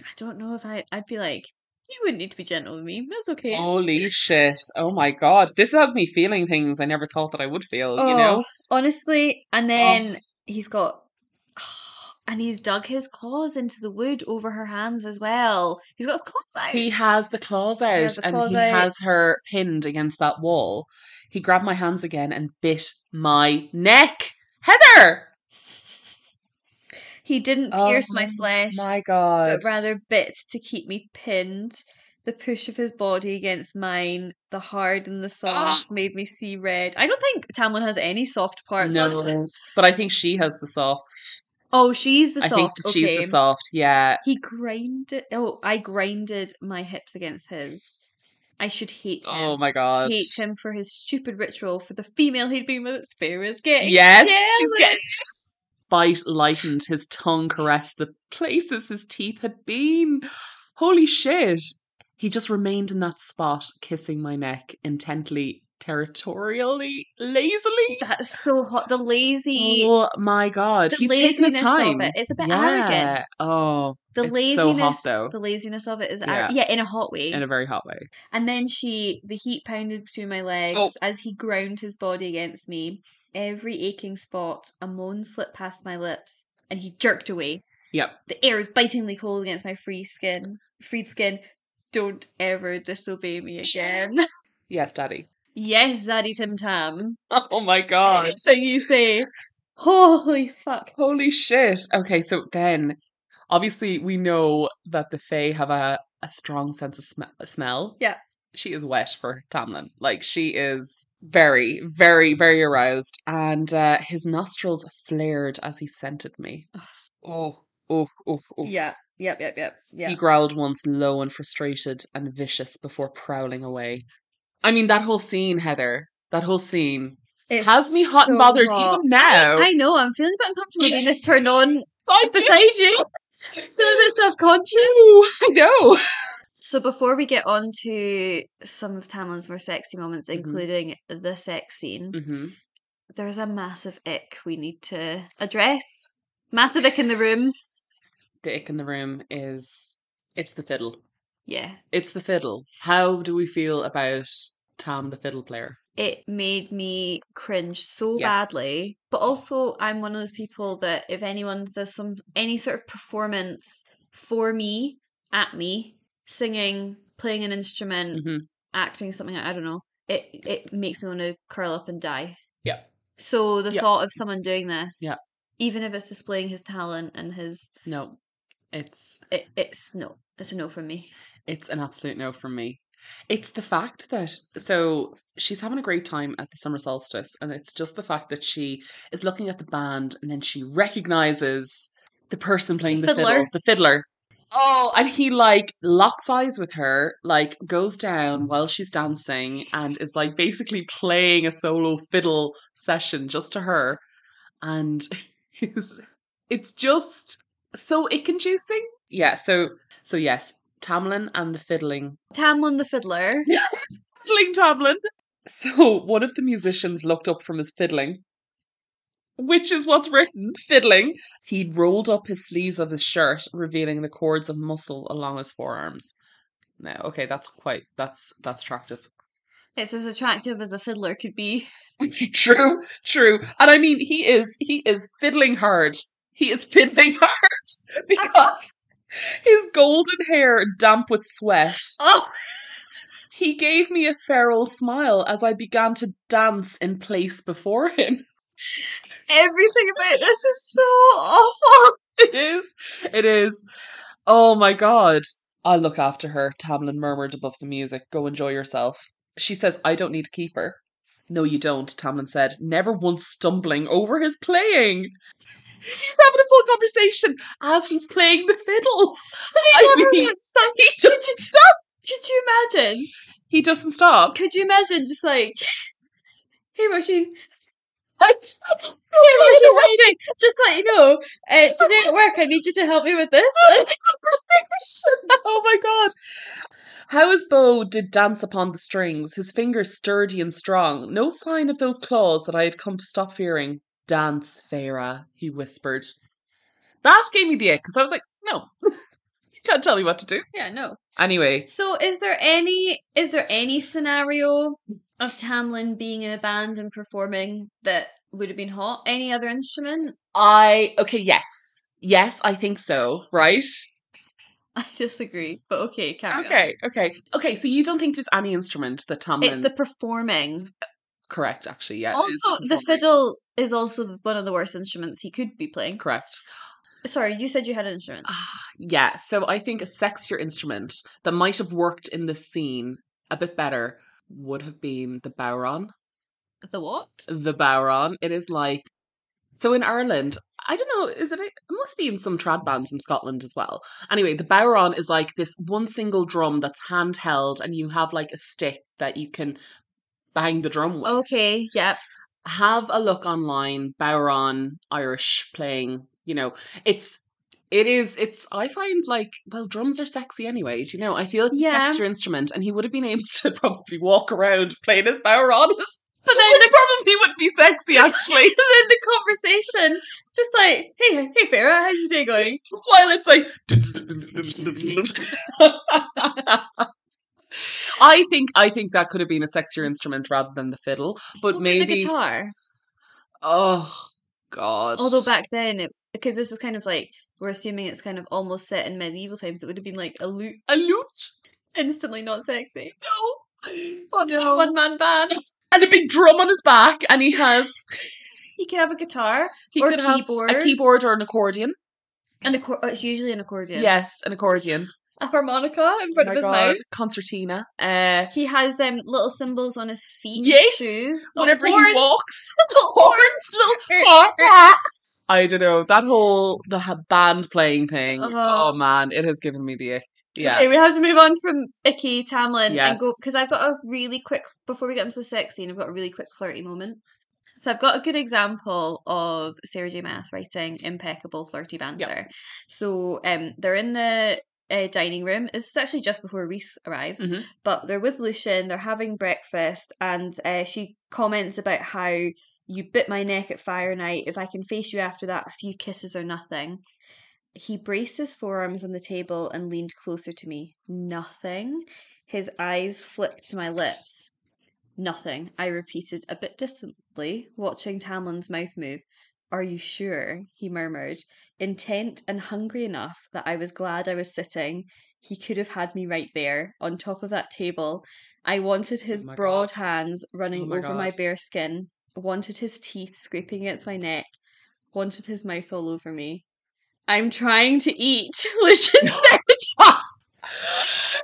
[SPEAKER 2] I don't know if I. I'd be like, you wouldn't need to be gentle with me. That's okay.
[SPEAKER 1] Holy shit. Oh my god. This has me feeling things I never thought that I would feel, you know? Oh.
[SPEAKER 2] Oh, honestly, and then he's got. And he's dug his claws into the wood over her hands as well. He's got claws out.
[SPEAKER 1] He has the claws out
[SPEAKER 2] has the
[SPEAKER 1] and
[SPEAKER 2] claws
[SPEAKER 1] he
[SPEAKER 2] out.
[SPEAKER 1] has her pinned against that wall. He grabbed my hands again and bit my neck. Heather!
[SPEAKER 2] He didn't
[SPEAKER 1] Oh
[SPEAKER 2] pierce my flesh,
[SPEAKER 1] My god.
[SPEAKER 2] but rather bit to keep me pinned. The push of his body against mine, the hard
[SPEAKER 1] Ah.
[SPEAKER 2] and the soft, made me see red. I don't think Tamlin has any soft parts.
[SPEAKER 1] No. But I think she has the soft.
[SPEAKER 2] Oh, she's the
[SPEAKER 1] I
[SPEAKER 2] soft.
[SPEAKER 1] think she's
[SPEAKER 2] okay.
[SPEAKER 1] the soft, yeah.
[SPEAKER 2] He grinded. Oh, I grinded my hips against his. I should hate him.
[SPEAKER 1] Oh my god.
[SPEAKER 2] hate him for his stupid ritual for the female he'd been with at Spear is getting
[SPEAKER 1] Yes, she's
[SPEAKER 2] jealous.
[SPEAKER 1] getting bite lightened, his tongue caressed the places his teeth had been. Holy shit. He just remained in that spot, kissing my neck intently, territorially, lazily.
[SPEAKER 2] That's so hot. The lazy,
[SPEAKER 1] Oh my god.
[SPEAKER 2] the
[SPEAKER 1] He's taken his
[SPEAKER 2] laziness of
[SPEAKER 1] time.
[SPEAKER 2] it. It's a bit
[SPEAKER 1] Yeah.
[SPEAKER 2] arrogant.
[SPEAKER 1] Oh.
[SPEAKER 2] the
[SPEAKER 1] it's so hot
[SPEAKER 2] laziness,
[SPEAKER 1] though.
[SPEAKER 2] the laziness of it is,
[SPEAKER 1] Yeah.
[SPEAKER 2] yeah, yeah in a hot way.
[SPEAKER 1] In a very hot way.
[SPEAKER 2] and then she, the heat pounded between my legs
[SPEAKER 1] Oh.
[SPEAKER 2] as he ground his body against me. Every aching spot, a moan slipped past my lips, and he jerked away.
[SPEAKER 1] Yep.
[SPEAKER 2] The air is bitingly cold against my free skin. Freed skin. Don't ever disobey me again.
[SPEAKER 1] Yes, daddy.
[SPEAKER 2] Yes, Zaddy Tim Tam.
[SPEAKER 1] Oh my god.
[SPEAKER 2] So you say, holy fuck.
[SPEAKER 1] Holy shit. Okay, so then obviously we know that the Fae have a, a strong sense of sm- smell.
[SPEAKER 2] Yeah.
[SPEAKER 1] She is wet for Tamlin. Like she is very, very, very aroused. And uh, his nostrils flared as he scented me. Oh, oh, oh, oh.
[SPEAKER 2] Yeah, yep, yep, yep, yeah.
[SPEAKER 1] He growled once low and frustrated and vicious before prowling away. I mean, that whole scene, Heather, that whole scene
[SPEAKER 2] It's
[SPEAKER 1] has me hot and
[SPEAKER 2] so
[SPEAKER 1] bothered
[SPEAKER 2] hot.
[SPEAKER 1] even now.
[SPEAKER 2] I know, I'm feeling a bit uncomfortable being this turned on
[SPEAKER 1] I just-
[SPEAKER 2] beside you. feeling a bit self conscious.
[SPEAKER 1] Ooh, I know.
[SPEAKER 2] So before we get on to some of Tamlin's more sexy moments,
[SPEAKER 1] Mhm.
[SPEAKER 2] including the sex scene,
[SPEAKER 1] Mm-hmm.
[SPEAKER 2] there's a massive ick we need to address. Massive ick in the room.
[SPEAKER 1] The ick in the room is it's the fiddle.
[SPEAKER 2] Yeah.
[SPEAKER 1] It's the fiddle. How do we feel about Tom the fiddle player?
[SPEAKER 2] it made me cringe so
[SPEAKER 1] Yes.
[SPEAKER 2] badly. But also, I'm one of those people that if anyone does some any sort of performance for me, at me, singing, playing an instrument,
[SPEAKER 1] Mm-hmm.
[SPEAKER 2] acting something I don't know. It it makes me want to curl up and die.
[SPEAKER 1] Yeah.
[SPEAKER 2] So the
[SPEAKER 1] Yeah.
[SPEAKER 2] thought of someone doing this,
[SPEAKER 1] Yeah.
[SPEAKER 2] even if it's displaying his talent and his,
[SPEAKER 1] No, it's
[SPEAKER 2] it, it's no, it's a no from me.
[SPEAKER 1] It's an absolute no from me. It's the fact that so she's having a great time at the summer solstice, and it's just the fact that she is looking at the band and then she recognizes the person playing the
[SPEAKER 2] Fiddler.
[SPEAKER 1] fiddle, the fiddler. Oh, and he like locks eyes with her, like goes down while she's dancing and is like basically playing a solo fiddle session just to her. And it's, it's just so ick inducing. Yeah, so so yes, Tamlin and the fiddling.
[SPEAKER 2] Tamlin the fiddler.
[SPEAKER 1] Fiddling Tamlin. So one of the musicians looked up from his fiddling, which is what's written fiddling. He'd rolled up his sleeves of his shirt, revealing the cords of muscle along his forearms. Now, okay, that's quite that's that's attractive.
[SPEAKER 2] It's as attractive as a fiddler could be.
[SPEAKER 1] true, true, and I mean he is he is fiddling hard. He is fiddling hard because his golden hair damp with sweat.
[SPEAKER 2] Oh,
[SPEAKER 1] He gave me a feral smile as I began to dance in place before him.
[SPEAKER 2] everything about this is so awful.
[SPEAKER 1] It is. It is. Oh my god. I'll look after her, Tamlin murmured above the music. Go enjoy yourself. She says, I don't need to keep her. No, you don't, Tamlin said, never once stumbling over his playing. He's having a full conversation as he's playing the fiddle. I
[SPEAKER 2] never
[SPEAKER 1] mean,
[SPEAKER 2] once sang-
[SPEAKER 1] he doesn't stop.
[SPEAKER 2] Could you imagine?
[SPEAKER 1] He doesn't stop.
[SPEAKER 2] Could you imagine just like, hey Roshi,
[SPEAKER 1] What?
[SPEAKER 2] Hey, Rosie, what are you doing? Just to let you know, uh,
[SPEAKER 1] Oh
[SPEAKER 2] today at work, I need you to help me with this. Uh,
[SPEAKER 1] conversation. oh my god. How his bow did dance upon the strings, his fingers sturdy and strong, no sign of those claws that I had come to stop fearing. Dance, Feyre, he whispered. That gave me the ick, because I was like, no, you can't tell me what to do.
[SPEAKER 2] Yeah, no.
[SPEAKER 1] Anyway,
[SPEAKER 2] So, is there any is there any scenario of Tamlin being in a band and performing that would have been hot? Any other instrument?
[SPEAKER 1] I, okay, yes. Yes, I think so, right?
[SPEAKER 2] I disagree, but okay, carry on.
[SPEAKER 1] Okay, okay. Okay, so you don't think there's any instrument that Tamlin...
[SPEAKER 2] It's the performing.
[SPEAKER 1] Correct, actually, yeah. it is
[SPEAKER 2] Also, the
[SPEAKER 1] performing.
[SPEAKER 2] fiddle is also one of the worst instruments he could be playing.
[SPEAKER 1] Correct.
[SPEAKER 2] Sorry, you said you had an instrument.
[SPEAKER 1] Ah, yeah. So I think a sexier instrument that might have worked in this scene a bit better would have been the bowron.
[SPEAKER 2] The what?
[SPEAKER 1] The bowron. It is like so in Ireland. I don't know. Is it? It must be in some trad bands in Scotland as well. Anyway, the bowron is like this one single drum that's handheld, and you have like a stick that you can bang the drum with.
[SPEAKER 2] Okay, yeah.
[SPEAKER 1] Have a look online. Bowron Irish playing. You know, it's it is it's i find like well drums are sexy anyway do you know i feel it's
[SPEAKER 2] Yeah.
[SPEAKER 1] a sexier instrument and he would have been able to probably walk around playing his power on his
[SPEAKER 2] But then
[SPEAKER 1] which probably would be sexy actually
[SPEAKER 2] So then the conversation, just like, hey, hey, Farah, how's your day going? While it's like,
[SPEAKER 1] i think i think that could have been a sexier instrument rather than the fiddle but
[SPEAKER 2] "What about the
[SPEAKER 1] maybe
[SPEAKER 2] guitar.
[SPEAKER 1] oh god
[SPEAKER 2] Although back then, it, because this is kind of like we're assuming it's kind of almost set in medieval times, it would have been like a lute,
[SPEAKER 1] a lute
[SPEAKER 2] instantly not sexy.
[SPEAKER 1] no oh no
[SPEAKER 2] One man band.
[SPEAKER 1] and a big drum on his back and he has
[SPEAKER 2] He could have a guitar
[SPEAKER 1] he
[SPEAKER 2] Or
[SPEAKER 1] could have a
[SPEAKER 2] keyboard.
[SPEAKER 1] keyboard or an accordion
[SPEAKER 2] and a cor- oh, it's usually an accordion.
[SPEAKER 1] Yes, an accordion.
[SPEAKER 2] a harmonica in
[SPEAKER 1] Oh
[SPEAKER 2] front of
[SPEAKER 1] my
[SPEAKER 2] his
[SPEAKER 1] God,
[SPEAKER 2] mouth.
[SPEAKER 1] Concertina. Uh,
[SPEAKER 2] He has um little symbols on his feet,
[SPEAKER 1] Yes.
[SPEAKER 2] shoes,
[SPEAKER 1] whenever
[SPEAKER 2] horns.
[SPEAKER 1] he walks, the horns.
[SPEAKER 2] little-
[SPEAKER 1] I don't know that whole the ha- band playing thing.
[SPEAKER 2] Oh.
[SPEAKER 1] Oh man, it has given me the ick. Yeah,
[SPEAKER 2] Okay, we have to move on from Icky Tamlin and
[SPEAKER 1] Yes.
[SPEAKER 2] go because I've got a really quick before we get into the sex scene. I've got a really quick flirty moment. So I've got a good example of Sarah J. Maas writing impeccable flirty banter. So um, they're in the uh, dining room. It's actually just before Reese arrives,
[SPEAKER 1] Mhm.
[SPEAKER 2] but they're with Lucian. They're having breakfast, and uh, she comments about how you bit my neck at fire night. If I can face you after that, a few kisses or nothing. He braced his forearms on the table and leaned closer to me. Nothing. His eyes flipped to my lips. Nothing, I repeated a bit distantly, watching Tamlin's mouth move. Are you sure? he murmured, intent and hungry enough that I was glad I was sitting. He could have had me right there, on top of that table. I wanted his
[SPEAKER 1] Oh my
[SPEAKER 2] broad
[SPEAKER 1] God.
[SPEAKER 2] hands running
[SPEAKER 1] Oh my
[SPEAKER 2] over my
[SPEAKER 1] God.
[SPEAKER 2] bare skin, wanted his teeth scraping against my neck, wanted his mouth all over me. I'm trying to eat, Lucian said.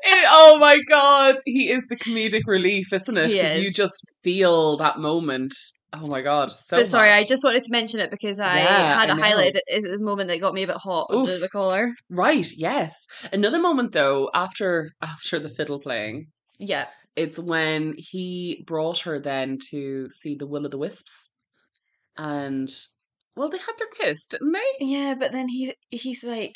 [SPEAKER 1] It- oh my god, he is the comedic relief, isn't it?
[SPEAKER 2] He
[SPEAKER 1] Because you
[SPEAKER 2] is.
[SPEAKER 1] just feel that moment. Oh my god, so
[SPEAKER 2] but sorry, I
[SPEAKER 1] much.
[SPEAKER 2] just wanted to mention it because I
[SPEAKER 1] Yeah,
[SPEAKER 2] had
[SPEAKER 1] I
[SPEAKER 2] it
[SPEAKER 1] know.
[SPEAKER 2] highlighted as this moment that got me a bit hot under
[SPEAKER 1] Oof.
[SPEAKER 2] the collar.
[SPEAKER 1] right, yes. Another moment though, after after the fiddle playing,
[SPEAKER 2] Yeah.
[SPEAKER 1] it's when he brought her then to see the Will o' the Wisps, and well, they had their kiss, didn't they?
[SPEAKER 2] Yeah, but then he he's like,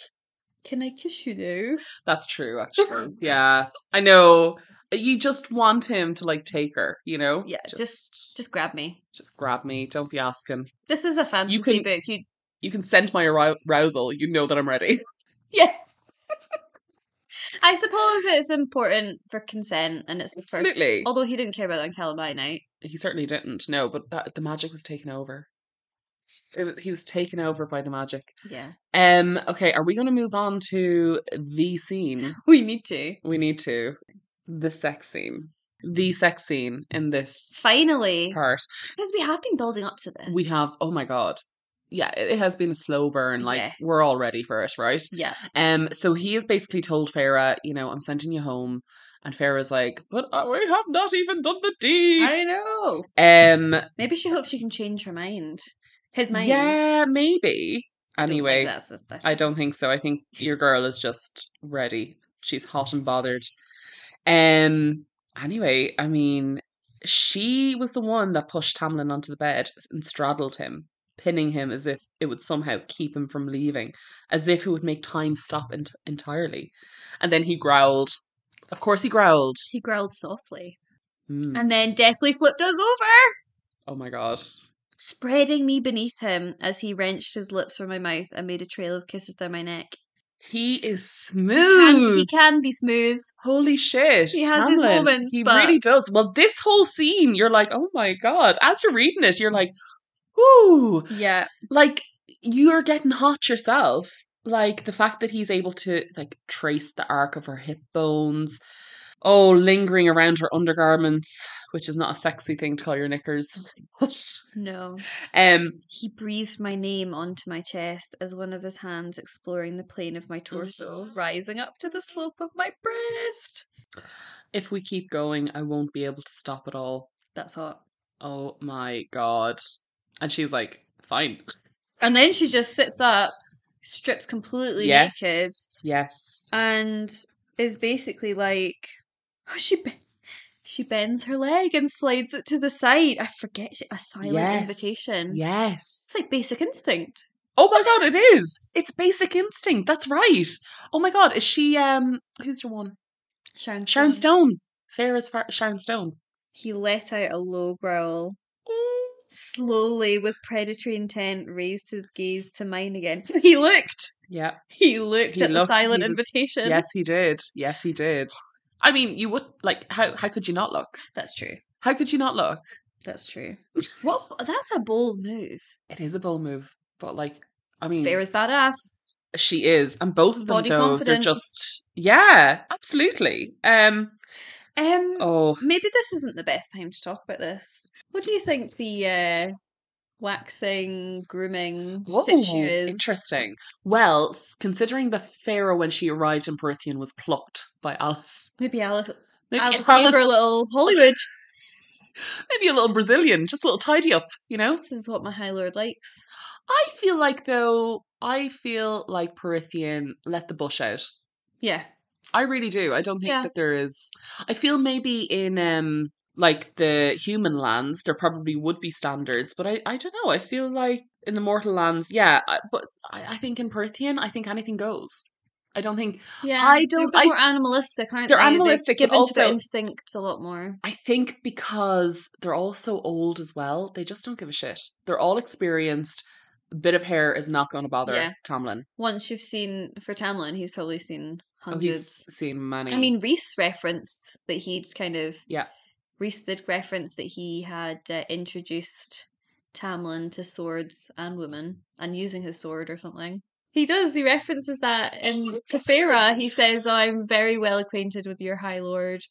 [SPEAKER 2] Can I kiss you now?
[SPEAKER 1] That's true, actually. Yeah, I know. You just want him to like take her, you know?
[SPEAKER 2] Yeah, just just grab me.
[SPEAKER 1] just grab me. Don't be asking.
[SPEAKER 2] This is a fantasy
[SPEAKER 1] can-
[SPEAKER 2] book. You
[SPEAKER 1] You can send my arou- arousal. You know that I'm ready.
[SPEAKER 2] Yeah. I suppose it's important for consent and it's the first
[SPEAKER 1] Absolutely.
[SPEAKER 2] although he didn't care about that on Calamari night.
[SPEAKER 1] He certainly didn't. No, but that, the magic was taken over. It, was- he was taken over by the magic.
[SPEAKER 2] Yeah.
[SPEAKER 1] Um. Okay. Are we going to move on to the scene?
[SPEAKER 2] We need to.
[SPEAKER 1] We need to the sex scene.
[SPEAKER 2] Mm-hmm.
[SPEAKER 1] The sex scene in this
[SPEAKER 2] Finally.
[SPEAKER 1] part.
[SPEAKER 2] Because we have been building up to this.
[SPEAKER 1] We have. Oh my god. Yeah, it it has been a slow burn. Like
[SPEAKER 2] Yeah. Mm-hmm.
[SPEAKER 1] we're all ready for it, right?
[SPEAKER 2] Yeah.
[SPEAKER 1] Um, so he has basically told Farah, you know, I'm sending you home. And Farah's like, but I- we have not even done the deed.
[SPEAKER 2] I know.
[SPEAKER 1] Um,
[SPEAKER 2] Maybe she hopes she can change her mind. His mind.
[SPEAKER 1] yeah, maybe.
[SPEAKER 2] I don't think
[SPEAKER 1] Anyway,
[SPEAKER 2] that's the, the-
[SPEAKER 1] I don't think so. I think your girl is just ready. She's hot and bothered. Um, anyway, I mean, she was the one that pushed Tamlin onto the bed and straddled him, pinning him as if it would somehow keep him from leaving, as if it would make time stop ent- entirely. And then he growled. Of course, he growled.
[SPEAKER 2] He growled softly
[SPEAKER 1] Hmm.
[SPEAKER 2] Mm. and then deftly flipped us over.
[SPEAKER 1] Oh my god.
[SPEAKER 2] spreading me beneath him as he wrenched his lips from my mouth and made a trail of kisses down my neck.
[SPEAKER 1] He is
[SPEAKER 2] Can-
[SPEAKER 1] smooth.
[SPEAKER 2] he can be smooth.
[SPEAKER 1] Holy shit.
[SPEAKER 2] He has his
[SPEAKER 1] Tamlin,
[SPEAKER 2] moments,
[SPEAKER 1] He
[SPEAKER 2] but-
[SPEAKER 1] really does. Well, this whole scene, you're like, oh my god. As you're reading it, you're like, ooh.
[SPEAKER 2] Yeah.
[SPEAKER 1] like you're getting hot yourself like the fact that he's able to like trace the arc of her hip bones oh lingering around her undergarments which is not a sexy thing to call your
[SPEAKER 2] Oh
[SPEAKER 1] knickers
[SPEAKER 2] No.
[SPEAKER 1] um
[SPEAKER 2] He breathed my name onto my chest as one of his hands exploring the plane of my torso, rising up to the slope of my breast.
[SPEAKER 1] if we keep going i won't be able to stop at all
[SPEAKER 2] That's hot.
[SPEAKER 1] oh my god and she's like fine
[SPEAKER 2] And then she just sits up, strips completely
[SPEAKER 1] Yes.
[SPEAKER 2] naked,
[SPEAKER 1] yes
[SPEAKER 2] and is basically like, oh, she be- she bends her leg and slides it to the side. I forget she- a silent
[SPEAKER 1] Yes.
[SPEAKER 2] invitation.
[SPEAKER 1] yes
[SPEAKER 2] It's like basic instinct.
[SPEAKER 1] Oh my god, it is. It's basic instinct. That's right. Oh my god, is she um who's your one?
[SPEAKER 2] Sharon
[SPEAKER 1] Sharon Stone. Fair as far Sharon Stone.
[SPEAKER 2] He let out a low growl. Slowly, with predatory intent, raised his gaze to mine again. So he looked.
[SPEAKER 1] Yeah.
[SPEAKER 2] He looked
[SPEAKER 1] He
[SPEAKER 2] at
[SPEAKER 1] looked,
[SPEAKER 2] the silent
[SPEAKER 1] he was-
[SPEAKER 2] invitation.
[SPEAKER 1] Yes, he did. Yes, he did. I mean, you would like how how could you not look?
[SPEAKER 2] That's true.
[SPEAKER 1] How could you not look?
[SPEAKER 2] That's true. what? That's a bold move.
[SPEAKER 1] It is a bold move, but like I mean
[SPEAKER 2] Fair is badass.
[SPEAKER 1] she is. And both of them
[SPEAKER 2] Body
[SPEAKER 1] though,
[SPEAKER 2] confident.
[SPEAKER 1] they're just Yeah, absolutely. Um
[SPEAKER 2] Um,
[SPEAKER 1] oh
[SPEAKER 2] maybe this isn't the best time to talk about this. What do you think the uh, waxing, grooming
[SPEAKER 1] Whoa,
[SPEAKER 2] situ is?
[SPEAKER 1] interesting. Well, s- considering the Pharaoh when she arrived in Perthian was plucked by Alice,
[SPEAKER 2] Maybe Alice,
[SPEAKER 1] maybe
[SPEAKER 2] Alice
[SPEAKER 1] Alice-
[SPEAKER 2] gave her a little Hollywood.
[SPEAKER 1] maybe a little Brazilian, just a little tidy up, you know.
[SPEAKER 2] this is what my High Lord likes.
[SPEAKER 1] I feel like though, I feel like Perithian let the bush out.
[SPEAKER 2] Yeah,
[SPEAKER 1] I really do. I don't think
[SPEAKER 2] Yeah.
[SPEAKER 1] that there is. I feel maybe in um like the human lands there probably would be standards, but I I don't know. I feel like in the mortal lands, yeah. I, but I, I think in Perthian, I think anything goes. I don't think
[SPEAKER 2] yeah.
[SPEAKER 1] I
[SPEAKER 2] They're
[SPEAKER 1] don't-
[SPEAKER 2] a bit
[SPEAKER 1] I-
[SPEAKER 2] more animalistic, aren't
[SPEAKER 1] They're
[SPEAKER 2] they?
[SPEAKER 1] animalistic, but
[SPEAKER 2] given to their
[SPEAKER 1] also-
[SPEAKER 2] instincts a lot more.
[SPEAKER 1] I think because they're all so old as well, they just don't give a shit. They're all experienced. A bit of hair is not going to bother
[SPEAKER 2] Yeah.
[SPEAKER 1] Tomlin.
[SPEAKER 2] Once you've seen for Tamlin, he's probably seen
[SPEAKER 1] Oh,
[SPEAKER 2] hundreds.
[SPEAKER 1] he's seen many.
[SPEAKER 2] I mean, Reese referenced that he'd kind of
[SPEAKER 1] Yeah.
[SPEAKER 2] Reese did reference that he had uh, introduced Tamlin to swords and women and using his sword or something. He does. He references that in Tefera. He says, oh, I'm very well acquainted with your High Lord.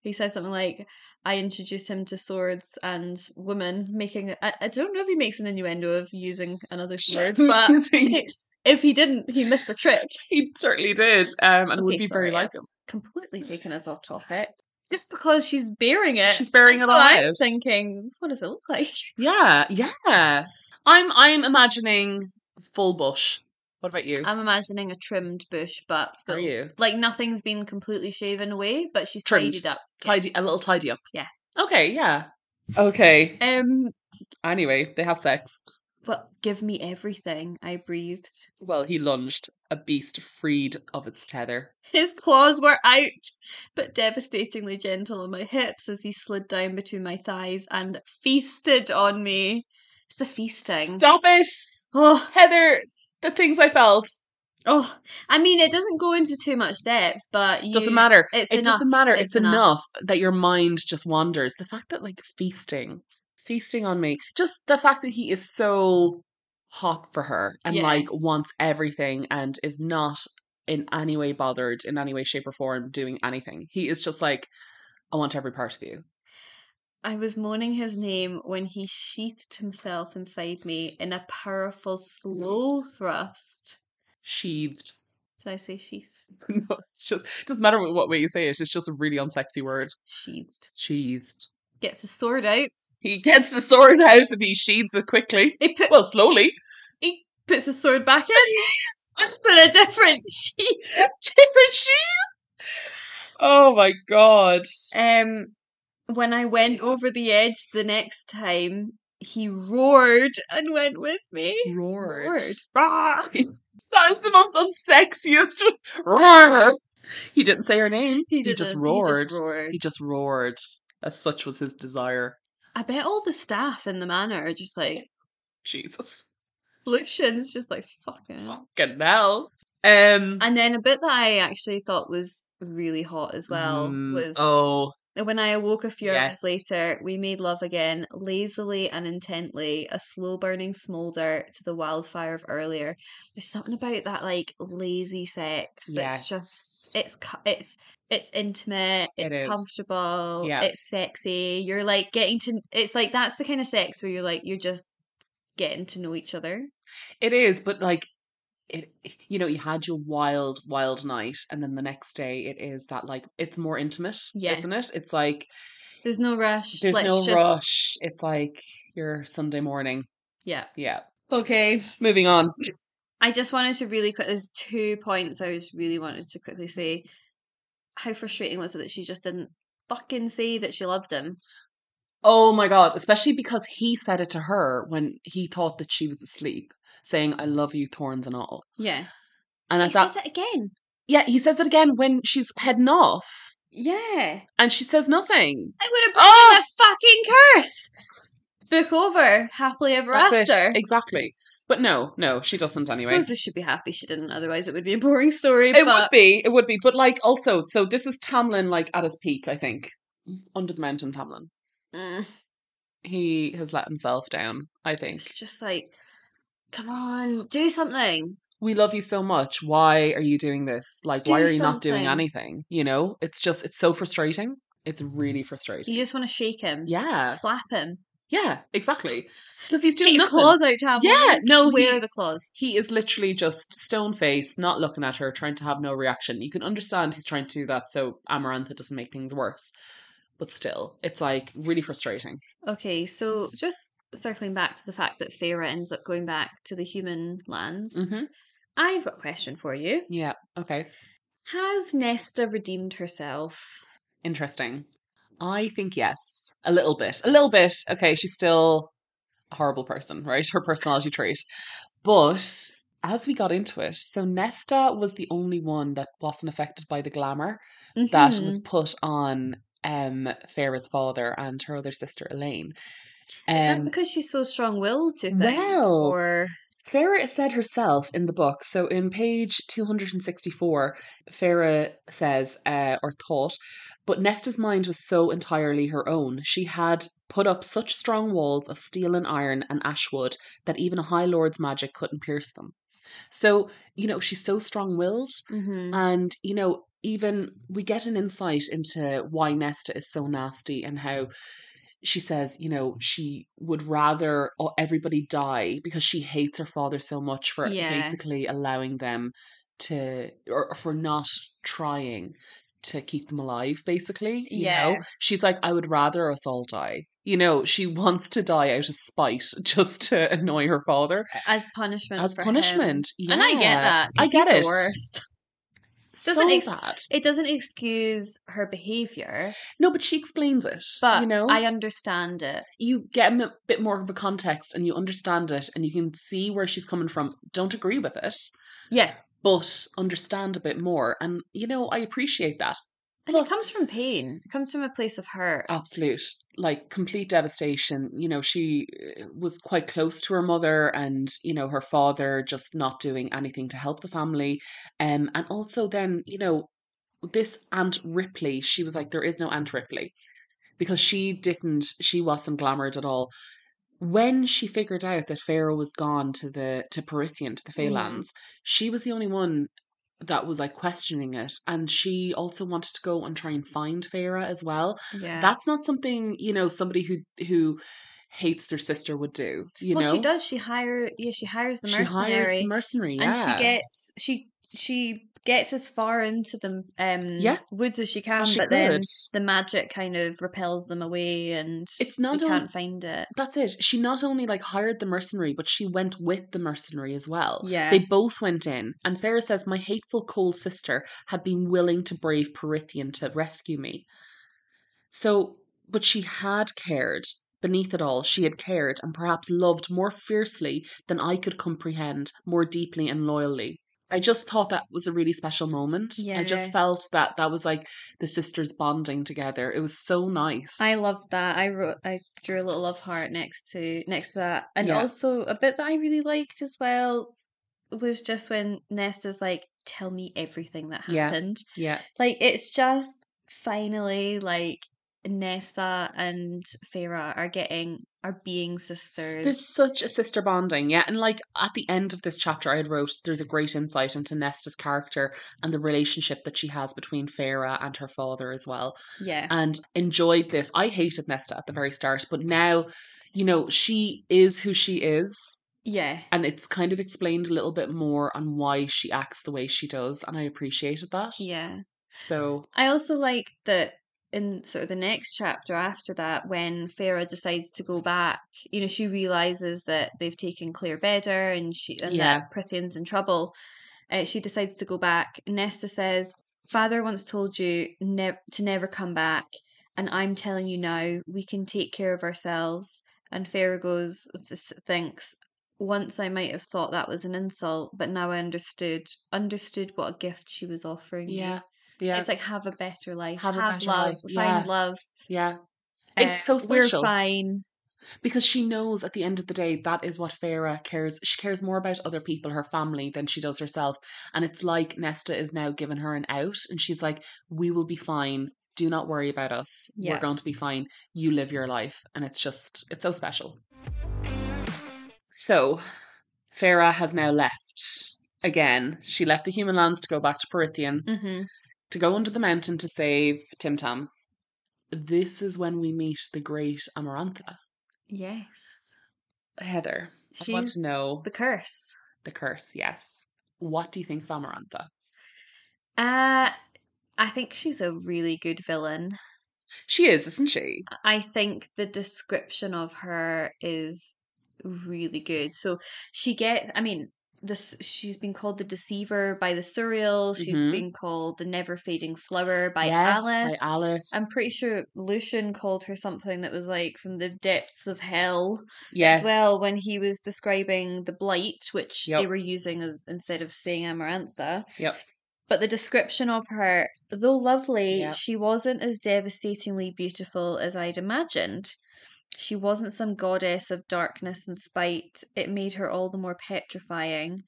[SPEAKER 2] He says something like, I introduced him to swords and women, making. I, I don't know if he makes an innuendo of using another sword, but
[SPEAKER 1] he,
[SPEAKER 2] if he didn't, he missed the trick.
[SPEAKER 1] he certainly did, um, and would
[SPEAKER 2] Okay,
[SPEAKER 1] be very
[SPEAKER 2] sorry,
[SPEAKER 1] like him.
[SPEAKER 2] Completely taken us off topic. Just because she's bearing it.
[SPEAKER 1] She's bearing
[SPEAKER 2] so
[SPEAKER 1] it alive.
[SPEAKER 2] I'm thinking, what does it look like?
[SPEAKER 1] Yeah, yeah. I'm I'm imagining full bush. What about you?
[SPEAKER 2] I'm imagining a trimmed bush, but full.
[SPEAKER 1] Are you
[SPEAKER 2] Like nothing's been completely shaven away, but she's
[SPEAKER 1] Trimmed.
[SPEAKER 2] tidied up.
[SPEAKER 1] tidy a little tidy up?
[SPEAKER 2] Yeah.
[SPEAKER 1] Okay. Yeah. Okay.
[SPEAKER 2] Um,
[SPEAKER 1] Anyway, they have sex.
[SPEAKER 2] but give me everything. I breathed.
[SPEAKER 1] Well, he lunged, a beast freed of its tether.
[SPEAKER 2] His claws were out, but devastatingly gentle on my hips as he slid down between my thighs and feasted on me. It's the feasting.
[SPEAKER 1] Stop it,
[SPEAKER 2] Oh,
[SPEAKER 1] Heather. The things I felt
[SPEAKER 2] oh. I mean, it doesn't go into too much depth, but you,
[SPEAKER 1] doesn't matter.
[SPEAKER 2] It's
[SPEAKER 1] it
[SPEAKER 2] enough.
[SPEAKER 1] doesn't matter. It's,
[SPEAKER 2] It's
[SPEAKER 1] enough.
[SPEAKER 2] enough.
[SPEAKER 1] that your mind just wanders. The fact that like feasting, feasting on me, just the fact that he is so hot for her and
[SPEAKER 2] Yeah.
[SPEAKER 1] like wants everything and is not in any way bothered in any way, shape, or form doing anything. He is just like, I want every part of you.
[SPEAKER 2] I was moaning his name when he sheathed himself inside me in a powerful
[SPEAKER 1] Mm-hmm.
[SPEAKER 2] slow thrust.
[SPEAKER 1] Sheathed.
[SPEAKER 2] Did I say sheath?
[SPEAKER 1] no, it's just doesn't matter what way you say it. It's just a really unsexy word.
[SPEAKER 2] Sheathed.
[SPEAKER 1] Sheathed.
[SPEAKER 2] Gets his sword out.
[SPEAKER 1] He gets the sword out and he sheathes it quickly.
[SPEAKER 2] He put,
[SPEAKER 1] Well, slowly.
[SPEAKER 2] he puts his sword back in, but a different sheath.
[SPEAKER 1] Different sheath. Oh my god.
[SPEAKER 2] Um, when I went over the edge the next time, he roared and went with me.
[SPEAKER 1] Roared.
[SPEAKER 2] Roar.
[SPEAKER 1] That is the most unsexiest. Roar. He didn't say her name. He, just
[SPEAKER 2] didn't- He
[SPEAKER 1] roared.
[SPEAKER 2] just roared.
[SPEAKER 1] He just roared. As such was his desire.
[SPEAKER 2] I bet all the staff in the manor are just like
[SPEAKER 1] Jesus.
[SPEAKER 2] Lucian's just like fucking. hell."
[SPEAKER 1] Fucking hell. Um.
[SPEAKER 2] And then a bit that I actually thought was really hot as well
[SPEAKER 1] mm,
[SPEAKER 2] was
[SPEAKER 1] Oh.
[SPEAKER 2] when I awoke a few
[SPEAKER 1] Yes.
[SPEAKER 2] hours later, we made love again, lazily and intently, a slow burning smoulder to the wildfire of earlier. There's something about that like lazy sex
[SPEAKER 1] Yes.
[SPEAKER 2] that's just it's co- it's it's intimate,
[SPEAKER 1] It
[SPEAKER 2] it's
[SPEAKER 1] is.
[SPEAKER 2] comfortable,
[SPEAKER 1] Yeah.
[SPEAKER 2] it's sexy. You're like getting to it's like that's the kind of sex where you're like you're just getting to know each other.
[SPEAKER 1] It is, but like it you know, you had your wild, wild night, and then the next day it is that like it's more intimate,
[SPEAKER 2] Yeah.
[SPEAKER 1] isn't it? It's like
[SPEAKER 2] There's no rush.
[SPEAKER 1] there's
[SPEAKER 2] Let's
[SPEAKER 1] no
[SPEAKER 2] just
[SPEAKER 1] rush. It's like your Sunday morning.
[SPEAKER 2] yeah.
[SPEAKER 1] Yeah.
[SPEAKER 2] Okay.
[SPEAKER 1] Moving on.
[SPEAKER 2] I just wanted to really quick. There's two points I just really wanted to quickly say. How frustrating was it that she just didn't fucking say that she loved him?
[SPEAKER 1] Oh my god, especially because he said it to her when he thought that she was asleep, saying, I love you, thorns and all.
[SPEAKER 2] Yeah,
[SPEAKER 1] And
[SPEAKER 2] he
[SPEAKER 1] at that
[SPEAKER 2] says it again.
[SPEAKER 1] Yeah, he says it again when she's heading off
[SPEAKER 2] Yeah,
[SPEAKER 1] and she says nothing.
[SPEAKER 2] I would have broken
[SPEAKER 1] Oh!
[SPEAKER 2] the fucking curse. Book over, happily ever
[SPEAKER 1] That's
[SPEAKER 2] after.
[SPEAKER 1] it. Exactly. But no, no, she doesn't
[SPEAKER 2] I
[SPEAKER 1] anyway.
[SPEAKER 2] suppose we should be happy she didn't. Otherwise, it would be a boring story.
[SPEAKER 1] It would
[SPEAKER 2] but
[SPEAKER 1] be, it would be, but like also, so this is Tamlin like at his peak, I think, under the mountain. Tamlin,
[SPEAKER 2] Mm,
[SPEAKER 1] he has let himself down. I think
[SPEAKER 2] it's just like, come on, do something.
[SPEAKER 1] we love you so much. Why are you doing this? Like, why
[SPEAKER 2] Do
[SPEAKER 1] are you not doing
[SPEAKER 2] something.
[SPEAKER 1] anything? You know, it's just, it's so frustrating. It's really frustrating.
[SPEAKER 2] You just want to shake him,
[SPEAKER 1] yeah,
[SPEAKER 2] slap him,
[SPEAKER 1] yeah, exactly. Because he's
[SPEAKER 2] get
[SPEAKER 1] doing
[SPEAKER 2] your
[SPEAKER 1] nothing.
[SPEAKER 2] claws out, Tam.
[SPEAKER 1] Yeah, no, he-
[SPEAKER 2] where are the claws?
[SPEAKER 1] He is literally just stone face, not looking at her, trying to have no reaction. You can understand he's trying to do that so Amarantha doesn't make things worse. But still, it's like really frustrating.
[SPEAKER 2] Okay,
[SPEAKER 1] Mm-hmm.
[SPEAKER 2] so just circling back to the fact that Feyre ends up going back to the human lands,
[SPEAKER 1] Mm-hmm.
[SPEAKER 2] I've got a question for you.
[SPEAKER 1] Yeah. Okay.
[SPEAKER 2] Has Nesta redeemed herself?
[SPEAKER 1] Interesting. I think yes. A little bit. A little bit. Okay. She's still a horrible person, right? Her personality trait. But as we got into it, so Nesta was the only one that wasn't affected by the glamour that was
[SPEAKER 2] Mhm.
[SPEAKER 1] put on um Farah's father and her other sister Elaine.
[SPEAKER 2] Mm-hmm. Is that
[SPEAKER 1] Um,
[SPEAKER 2] because she's so strong willed, do you think?
[SPEAKER 1] well,
[SPEAKER 2] or
[SPEAKER 1] Farah said herself in the book, so in page 264, Farah says, uh, or thought, but Nesta's mind was so entirely her own. She had put up such strong walls of steel and iron and ash wood that even a High Lord's magic couldn't pierce them. So, you know, she's so strong willed.
[SPEAKER 2] Mm-hmm.
[SPEAKER 1] And, you know, even we get an insight into why Nesta is so nasty and how she says, you know, she would rather o- everybody die because she hates her father so much for
[SPEAKER 2] Yeah.
[SPEAKER 1] basically allowing them to, or for not trying to keep them alive, basically. You
[SPEAKER 2] Yeah.
[SPEAKER 1] know, she's like, I would rather us all die. You know, she wants to die out of spite just to annoy her father
[SPEAKER 2] As punishment.
[SPEAKER 1] as
[SPEAKER 2] for him.
[SPEAKER 1] punishment. Yeah.
[SPEAKER 2] And I get that. 'cause
[SPEAKER 1] I get
[SPEAKER 2] he's
[SPEAKER 1] it.
[SPEAKER 2] The worst.
[SPEAKER 1] So
[SPEAKER 2] Doesn't ex-
[SPEAKER 1] bad.
[SPEAKER 2] It doesn't excuse her behavior,
[SPEAKER 1] No, but she explains it.
[SPEAKER 2] but
[SPEAKER 1] you know,
[SPEAKER 2] I understand it.
[SPEAKER 1] you get a m- bit more of a context and you understand it and you can see where she's coming from. Don't agree with it,
[SPEAKER 2] Yeah.
[SPEAKER 1] but understand a bit more. And, you know, I appreciate that.
[SPEAKER 2] And
[SPEAKER 1] Plus- Uh,
[SPEAKER 2] it comes from pain. It comes from a place of hurt.
[SPEAKER 1] Absolute, like complete devastation. You know, she uh, was quite close to her mother and, you know, her father just not doing anything to help the family. Um, and also then, you know, this Aunt Ripley, she was like, there is no Aunt Ripley because she didn't, she wasn't glamoured at all. When she figured out that Pharaoh was gone to the to Perithian to the
[SPEAKER 2] Mhm.
[SPEAKER 1] Phalanx, she was the only one that was like questioning it, and she also wanted to go and try and find Pharaoh as well.
[SPEAKER 2] Yeah.
[SPEAKER 1] That's not something you know somebody who who hates their sister would do. You
[SPEAKER 2] well,
[SPEAKER 1] know,
[SPEAKER 2] she does. She hire. Yeah, she hires the
[SPEAKER 1] She hires
[SPEAKER 2] mercenary,
[SPEAKER 1] the mercenary, yeah.
[SPEAKER 2] and she gets she she gets as far into the um
[SPEAKER 1] Yeah.
[SPEAKER 2] woods as she can,
[SPEAKER 1] As she
[SPEAKER 2] but then
[SPEAKER 1] could.
[SPEAKER 2] the magic kind of repels them away, and
[SPEAKER 1] It's
[SPEAKER 2] they
[SPEAKER 1] not on.
[SPEAKER 2] can't find it.
[SPEAKER 1] That's it. She not only like hired the mercenary, but she went with the mercenary as well.
[SPEAKER 2] Yeah.
[SPEAKER 1] They both went in, and Farah says, "My hateful cold sister had been willing to brave Perithian to rescue me." So, but she had cared. Beneath it all, she had cared and perhaps loved more fiercely than I could comprehend, more deeply and loyally. I just thought that was a really special moment. I just
[SPEAKER 2] Yeah.
[SPEAKER 1] felt that that was like the sisters bonding together. It was so nice.
[SPEAKER 2] I loved that. I wrote, I drew a little love heart next to next to that, and
[SPEAKER 1] Yeah.
[SPEAKER 2] also a bit that I really liked as well was just when Nesta's like, "Tell me everything that
[SPEAKER 1] Yeah.
[SPEAKER 2] happened."
[SPEAKER 1] Yeah.
[SPEAKER 2] Like it's just finally like Nesta and Farah are getting are being sisters.
[SPEAKER 1] There's such a sister bonding, yeah. And like at the end of this chapter, I had wrote there's a great insight into Nesta's character and the relationship that she has between Farah and her father as well.
[SPEAKER 2] yeah.
[SPEAKER 1] and enjoyed this. I hated Nesta at the very start, but now, you know, she is who she is.
[SPEAKER 2] yeah.
[SPEAKER 1] And it's kind of explained a little bit more on why she acts the way she does. And I appreciated that.
[SPEAKER 2] Yeah.
[SPEAKER 1] So,
[SPEAKER 2] I also like that in sort of the next chapter after that, when Farah decides to go back, you know, she realizes that they've taken Claire Bedder and she and
[SPEAKER 1] Yeah.
[SPEAKER 2] that Prithian's in trouble. Uh, she decides to go back. Nesta says, "Father once told you ne- to never come back, and I'm telling you now we can take care of ourselves." And Farah goes, th- thinks. Once I might have thought that was an insult, but now I understood understood what a gift she was offering me.
[SPEAKER 1] yeah. Yeah.
[SPEAKER 2] It's like have a better life, have,
[SPEAKER 1] Have a better
[SPEAKER 2] love,
[SPEAKER 1] life, yeah.
[SPEAKER 2] find love. Uh,
[SPEAKER 1] yeah. It's so special.
[SPEAKER 2] We're fine.
[SPEAKER 1] Because she knows at the end of the day that is what Farah cares. She cares more about other people, her family, than she does herself. And it's like Nesta is now giving her an out, and she's like, "We will be fine. Do not worry about us.
[SPEAKER 2] Yeah.
[SPEAKER 1] We're going to be fine. You live your life." And it's just, it's so special. So, Farah has now left again. She left the human lands to go back to Perithian
[SPEAKER 2] hmm
[SPEAKER 1] to go under the mountain to save Tim Tam. This is when we meet the great Amarantha,
[SPEAKER 2] Yes,
[SPEAKER 1] Heather.
[SPEAKER 2] she's
[SPEAKER 1] I want to know
[SPEAKER 2] the curse.
[SPEAKER 1] The curse, yes. What do you think of Amarantha?
[SPEAKER 2] Uh I think she's a really good villain.
[SPEAKER 1] She is, isn't she?
[SPEAKER 2] I think the description of her is really good. So she gets. I mean, this she's been called the deceiver by the surreal. She's
[SPEAKER 1] Mhm.
[SPEAKER 2] been called the never fading flower by
[SPEAKER 1] yes,
[SPEAKER 2] Alice.
[SPEAKER 1] by Alice.
[SPEAKER 2] I'm pretty sure Lucian called her something that was like from the depths of hell
[SPEAKER 1] yes.
[SPEAKER 2] as well when he was describing the blight, which they
[SPEAKER 1] Yep.
[SPEAKER 2] were using as instead of saying Amarantha.
[SPEAKER 1] Yep.
[SPEAKER 2] But the description of her, though lovely,
[SPEAKER 1] Yep.
[SPEAKER 2] she wasn't as devastatingly beautiful as I'd imagined. She wasn't some goddess of darkness and spite. It made her all the more petrifying.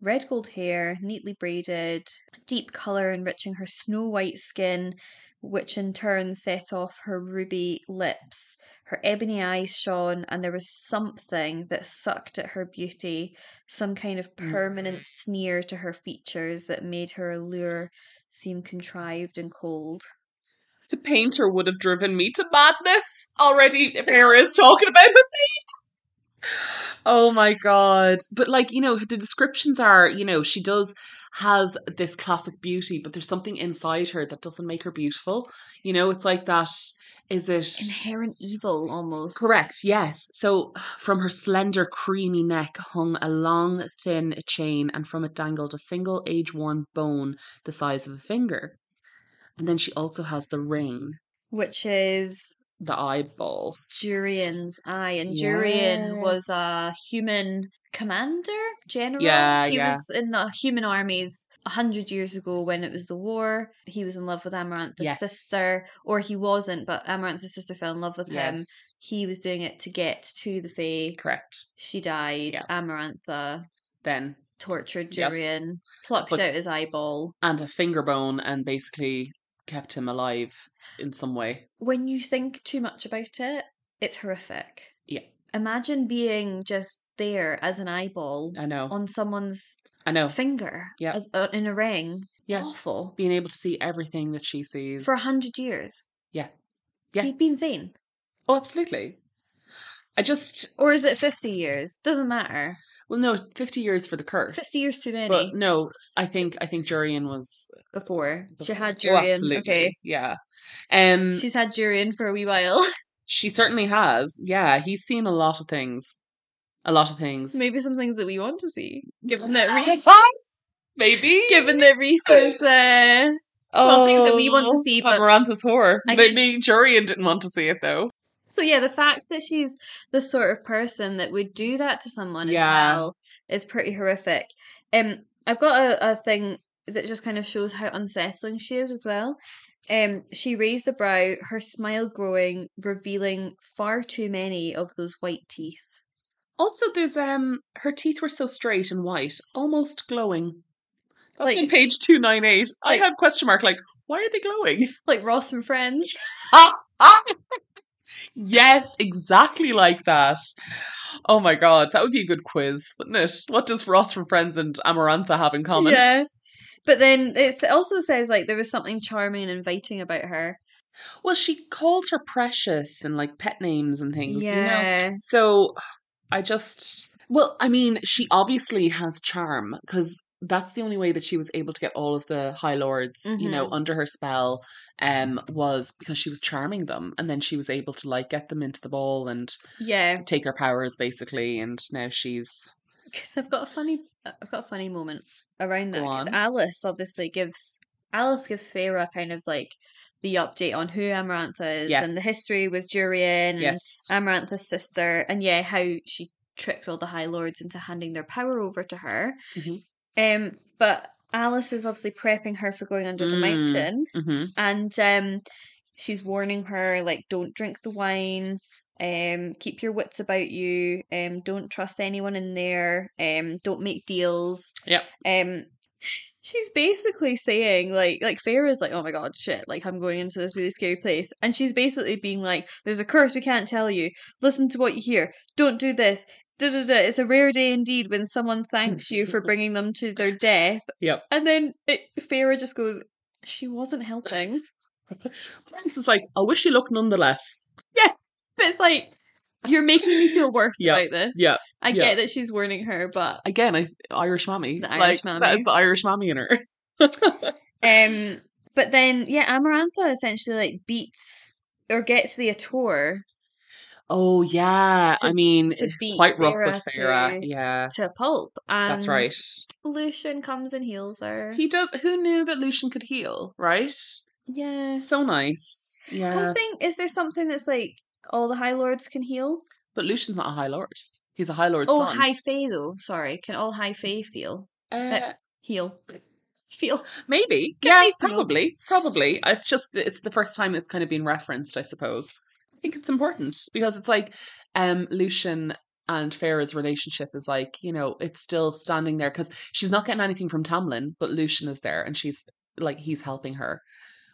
[SPEAKER 2] Red gold hair, neatly braided, deep colour enriching her snow white skin, which in turn set off her ruby lips. Her ebony eyes shone, and there was something that sucked at her beauty, some kind of permanent sneer to her features that made her allure seem contrived and cold.
[SPEAKER 1] The painter would have driven me to madness already if Hera is talking about him. Oh my god. But like, you know, the descriptions are, you know, she does has this classic beauty, but there's something inside her that doesn't make her beautiful. You know, it's like that is it
[SPEAKER 2] Inherent evil, almost.
[SPEAKER 1] Correct, yes. So from her slender, creamy neck hung a long, thin chain, and from it dangled a single age worn bone the size of a finger. And then she also has the ring,
[SPEAKER 2] Which is
[SPEAKER 1] the eyeball.
[SPEAKER 2] Durian's eye, and Durian
[SPEAKER 1] Yeah.
[SPEAKER 2] was a human commander, general.
[SPEAKER 1] Yeah,
[SPEAKER 2] he
[SPEAKER 1] yeah.
[SPEAKER 2] was in the human armies a hundred years ago when it was the war. He was in love with Amarantha's
[SPEAKER 1] Yes.
[SPEAKER 2] sister, or he wasn't, but Amarantha's sister fell in love with him.
[SPEAKER 1] Yes.
[SPEAKER 2] He was doing it to get to the Fae.
[SPEAKER 1] Correct.
[SPEAKER 2] She died.
[SPEAKER 1] Yeah.
[SPEAKER 2] Amarantha
[SPEAKER 1] Then
[SPEAKER 2] tortured
[SPEAKER 1] Yes.
[SPEAKER 2] Durian, plucked
[SPEAKER 1] But-
[SPEAKER 2] out his eyeball.
[SPEAKER 1] and a finger bone and basically kept him alive in some way.
[SPEAKER 2] When you think too much about it, it's horrific.
[SPEAKER 1] Yeah.
[SPEAKER 2] Imagine being just there as an eyeball
[SPEAKER 1] I know.
[SPEAKER 2] on someone's
[SPEAKER 1] I know.
[SPEAKER 2] finger
[SPEAKER 1] Yeah.
[SPEAKER 2] as, uh, in a ring.
[SPEAKER 1] Yes.
[SPEAKER 2] Awful.
[SPEAKER 1] Being able to see everything that she sees.
[SPEAKER 2] For a hundred years.
[SPEAKER 1] Yeah. Yeah.
[SPEAKER 2] He'd been sane.
[SPEAKER 1] oh, absolutely. I just
[SPEAKER 2] Or is it 50 years? Doesn't matter.
[SPEAKER 1] well no, fifty years for the curse.
[SPEAKER 2] 50 years too many.
[SPEAKER 1] But no, I think I think Jurian was
[SPEAKER 2] before. She had
[SPEAKER 1] Oh,
[SPEAKER 2] durian.
[SPEAKER 1] absolutely.
[SPEAKER 2] okay.
[SPEAKER 1] Yeah. Um
[SPEAKER 2] She's had durian for a wee while.
[SPEAKER 1] she certainly has. Yeah, he's seen a lot of things. A lot of things.
[SPEAKER 2] Maybe some things that we want to see. Given that Reese.
[SPEAKER 1] Maybe.
[SPEAKER 2] Given that Reese is. Uh, well, things that we want to see, but-
[SPEAKER 1] Oh, Amaranthus horror.
[SPEAKER 2] I guess-
[SPEAKER 1] Maybe Jurian didn't want to see it though.
[SPEAKER 2] So yeah, the fact that she's the sort of person that would do that to someone
[SPEAKER 1] Yeah.
[SPEAKER 2] as well is pretty horrific. Um, I've got a, a thing that just kind of shows how unsettling she is as well. Um, she raised the brow, her smile growing, revealing far too many of those white teeth.
[SPEAKER 1] Also, there's um, her teeth were so straight and white, almost glowing. That's
[SPEAKER 2] Like-
[SPEAKER 1] in page two nine eight.
[SPEAKER 2] like-
[SPEAKER 1] I have question mark. Like, why are they glowing?
[SPEAKER 2] Like Ross from Friends.
[SPEAKER 1] yes, exactly like that. Oh my god, that would be a good quiz, wouldn't it? What does Ross from Friends and Amarantha have in common?
[SPEAKER 2] Yeah. But then it's, it also says like there was something charming and inviting about her.
[SPEAKER 1] Well, she calls her precious and like pet names and things. You know?
[SPEAKER 2] Yeah.
[SPEAKER 1] So I just well, I mean, she obviously has charm because that's the only way that she was able to get all of the high lords, you know,
[SPEAKER 2] Mhm.
[SPEAKER 1] under her spell um was because she was charming them and then she was able to like get them into the ball and
[SPEAKER 2] Yeah.
[SPEAKER 1] take their powers basically and now she's
[SPEAKER 2] Because I've got a funny, uh, I've got a funny moment around that.
[SPEAKER 1] Go
[SPEAKER 2] 'cause
[SPEAKER 1] on.
[SPEAKER 2] Alice obviously gives Alice gives Feyre kind of like the update on who Amarantha is and the
[SPEAKER 1] Yes.
[SPEAKER 2] history with
[SPEAKER 1] Mm.
[SPEAKER 2] Durian and
[SPEAKER 1] yes.
[SPEAKER 2] Amarantha's sister, and yeah, how she tricked all the High Lords into handing their power over to her.
[SPEAKER 1] Mhm.
[SPEAKER 2] Um, but Alice is obviously prepping her for going under the
[SPEAKER 1] Mm.
[SPEAKER 2] mountain,
[SPEAKER 1] hmm
[SPEAKER 2] and um, she's warning her like, don't drink the wine. Um, keep your wits about you. Um, don't trust anyone in there. Um, don't make deals.
[SPEAKER 1] Yep.
[SPEAKER 2] Um, she's basically saying like, like Farah's like, oh my god, shit, like I'm going into this really scary place, and she's basically being like, there's a curse we can't tell you. Listen to what you hear. Don't do this. Da, da, da. It's a rare day indeed when someone thanks you for bringing them to their death.
[SPEAKER 1] Yep.
[SPEAKER 2] And then it, Farah just goes, she wasn't helping.
[SPEAKER 1] This is like, I wish you luck nonetheless.
[SPEAKER 2] But it's like, you're making me feel worse
[SPEAKER 1] Yeah,
[SPEAKER 2] about this.
[SPEAKER 1] Yeah.
[SPEAKER 2] I
[SPEAKER 1] yeah.
[SPEAKER 2] get that she's warning her, but
[SPEAKER 1] Again, I Irish mammy.
[SPEAKER 2] The
[SPEAKER 1] like,
[SPEAKER 2] Irish
[SPEAKER 1] That
[SPEAKER 2] mammy.
[SPEAKER 1] is the Irish mammy in her.
[SPEAKER 2] um but then yeah, Amarantha essentially like beats or gets the Ator
[SPEAKER 1] Oh yeah,
[SPEAKER 2] To-
[SPEAKER 1] I mean,
[SPEAKER 2] to
[SPEAKER 1] it's
[SPEAKER 2] beat
[SPEAKER 1] quite rough
[SPEAKER 2] Feyre
[SPEAKER 1] with Farah. Um,
[SPEAKER 2] to-
[SPEAKER 1] Yeah,
[SPEAKER 2] to a pulp. And
[SPEAKER 1] that's right.
[SPEAKER 2] Lucian comes and heals her.
[SPEAKER 1] He does. Who knew that Lucian could heal? Right?
[SPEAKER 2] yeah.
[SPEAKER 1] So nice. Yeah,
[SPEAKER 2] One thing is there something that's like all the High Lords can heal?
[SPEAKER 1] but Lucian's not a High Lord. He's a High Lord's
[SPEAKER 2] Oh,
[SPEAKER 1] son.
[SPEAKER 2] High Fae though. Sorry, can all High Fae feel
[SPEAKER 1] Uh,
[SPEAKER 2] heal? Feel.
[SPEAKER 1] maybe.
[SPEAKER 2] Can
[SPEAKER 1] Yeah,
[SPEAKER 2] they feel?
[SPEAKER 1] probably. Probably. It's just that it's the first time it's kind of been referenced, I suppose. think it's important because it's like um Lucian and Farah's relationship is like, you know, it's still standing there because she's not getting anything from Tamlin, but Lucian is there and she's like he's helping her,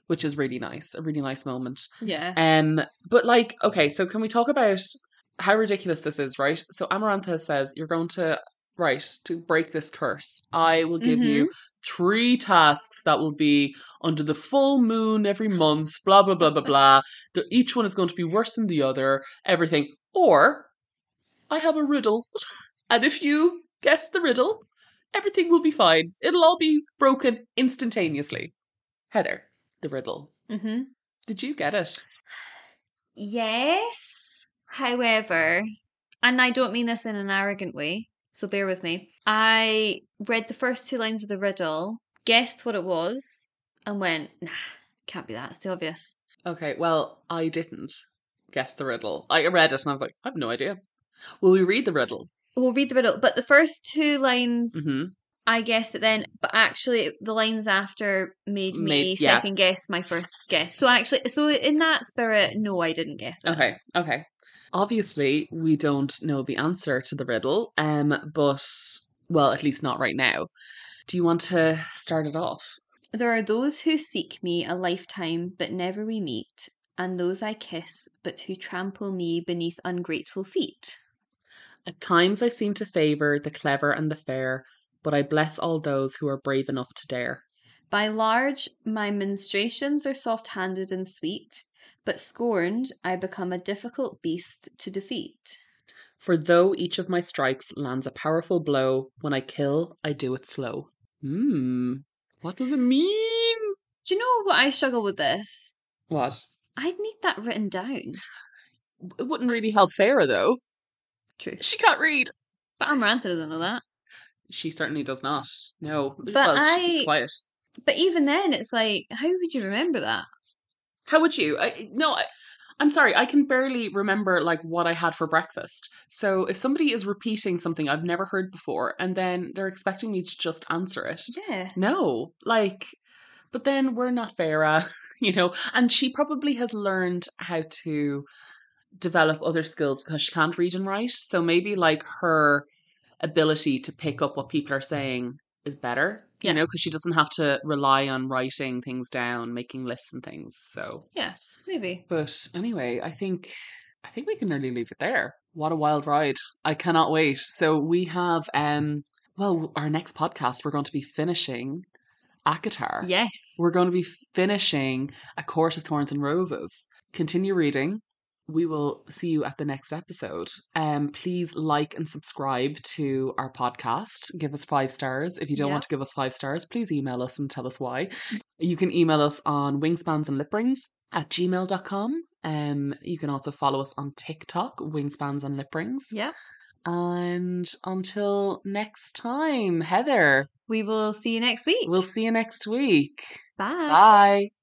[SPEAKER 1] which is really nice. A really nice moment.
[SPEAKER 2] Yeah.
[SPEAKER 1] Um, but like, okay, so can we talk about how ridiculous this is, right? So Amarantha says you're going to right to break this curse. I will give you three tasks that will be under the full moon every month. Blah blah blah blah blah. The, each one is going to be worse than the other. Everything, or I have a riddle, and if you guess the riddle, everything will be fine. It'll all be broken instantaneously. Heather, the riddle.
[SPEAKER 2] Mm-hmm.
[SPEAKER 1] Did you get it?
[SPEAKER 2] Yes. However, and I don't mean this in an arrogant way, so bear with me. I read the first two lines of the riddle, guessed what it was, and went, nah, can't be that. It's the obvious.
[SPEAKER 1] Okay, well, I didn't guess the riddle. I read it and I was like, I have no idea. Will we read the riddle?
[SPEAKER 2] We'll read the riddle, but the first two lines,
[SPEAKER 1] hmm
[SPEAKER 2] I guessed it then, but actually the lines after made me
[SPEAKER 1] Made- yeah.
[SPEAKER 2] second guess my first guess. So actually, so in that spirit, no, I didn't guess. it.
[SPEAKER 1] Okay, okay. Obviously, we don't know the answer to the riddle, um, but, well, at least not right now. Do you want to start it off?
[SPEAKER 2] There are those who seek me a lifetime, but never we meet, and those I kiss, but who trample me beneath ungrateful feet.
[SPEAKER 1] At times I seem to favour the clever and the fair, but I bless all those who are brave enough to dare.
[SPEAKER 2] By large, my menstruations are soft handed and sweet, but scorned, I become a difficult beast to defeat.
[SPEAKER 1] For though each of my strikes lands a powerful blow, when I kill, I do it slow. Hmm. What does it mean?
[SPEAKER 2] Do you know what I struggle with this?
[SPEAKER 1] What?
[SPEAKER 2] I'd need that written down.
[SPEAKER 1] It wouldn't really help Farah though.
[SPEAKER 2] True.
[SPEAKER 1] She can't read.
[SPEAKER 2] But Amarantha doesn't know that.
[SPEAKER 1] She certainly does not. No.
[SPEAKER 2] But
[SPEAKER 1] well, she
[SPEAKER 2] I-
[SPEAKER 1] keeps quiet.
[SPEAKER 2] But even then, it's like, how would you remember that?
[SPEAKER 1] How would you? I no. I, I'm sorry. I can barely remember like what I had for breakfast. So if somebody is repeating something I've never heard before, and then they're expecting me to just answer it,
[SPEAKER 2] Yeah.
[SPEAKER 1] no, like. But then we're not Vera, you know. And she probably has learned how to develop other skills because she can't read and write. So maybe like her ability to pick up what people are saying is better, you
[SPEAKER 2] Yeah.
[SPEAKER 1] know, because she doesn't have to rely on writing things down, making lists and things. So
[SPEAKER 2] Maybe.
[SPEAKER 1] but anyway, I think I think we can nearly leave it there. What a wild ride. I cannot wait. So we have um well, our next podcast we're going to be finishing Akatar.
[SPEAKER 2] Yes.
[SPEAKER 1] We're going to be finishing A Court of Thorns and Roses. Continue reading. We will see you at the next episode. Um, please like and subscribe to our podcast. Give us five stars. If you don't
[SPEAKER 2] Yeah.
[SPEAKER 1] want to give us five stars, please email us and tell us why. You can email us on wingspans and lip rings at gmail.com. Um, you can also follow us on TikTok, wingspans and lip rings.
[SPEAKER 2] Yeah.
[SPEAKER 1] And until next time, Heather,
[SPEAKER 2] We will see you next week.
[SPEAKER 1] we'll see you next week.
[SPEAKER 2] Bye.
[SPEAKER 1] Bye.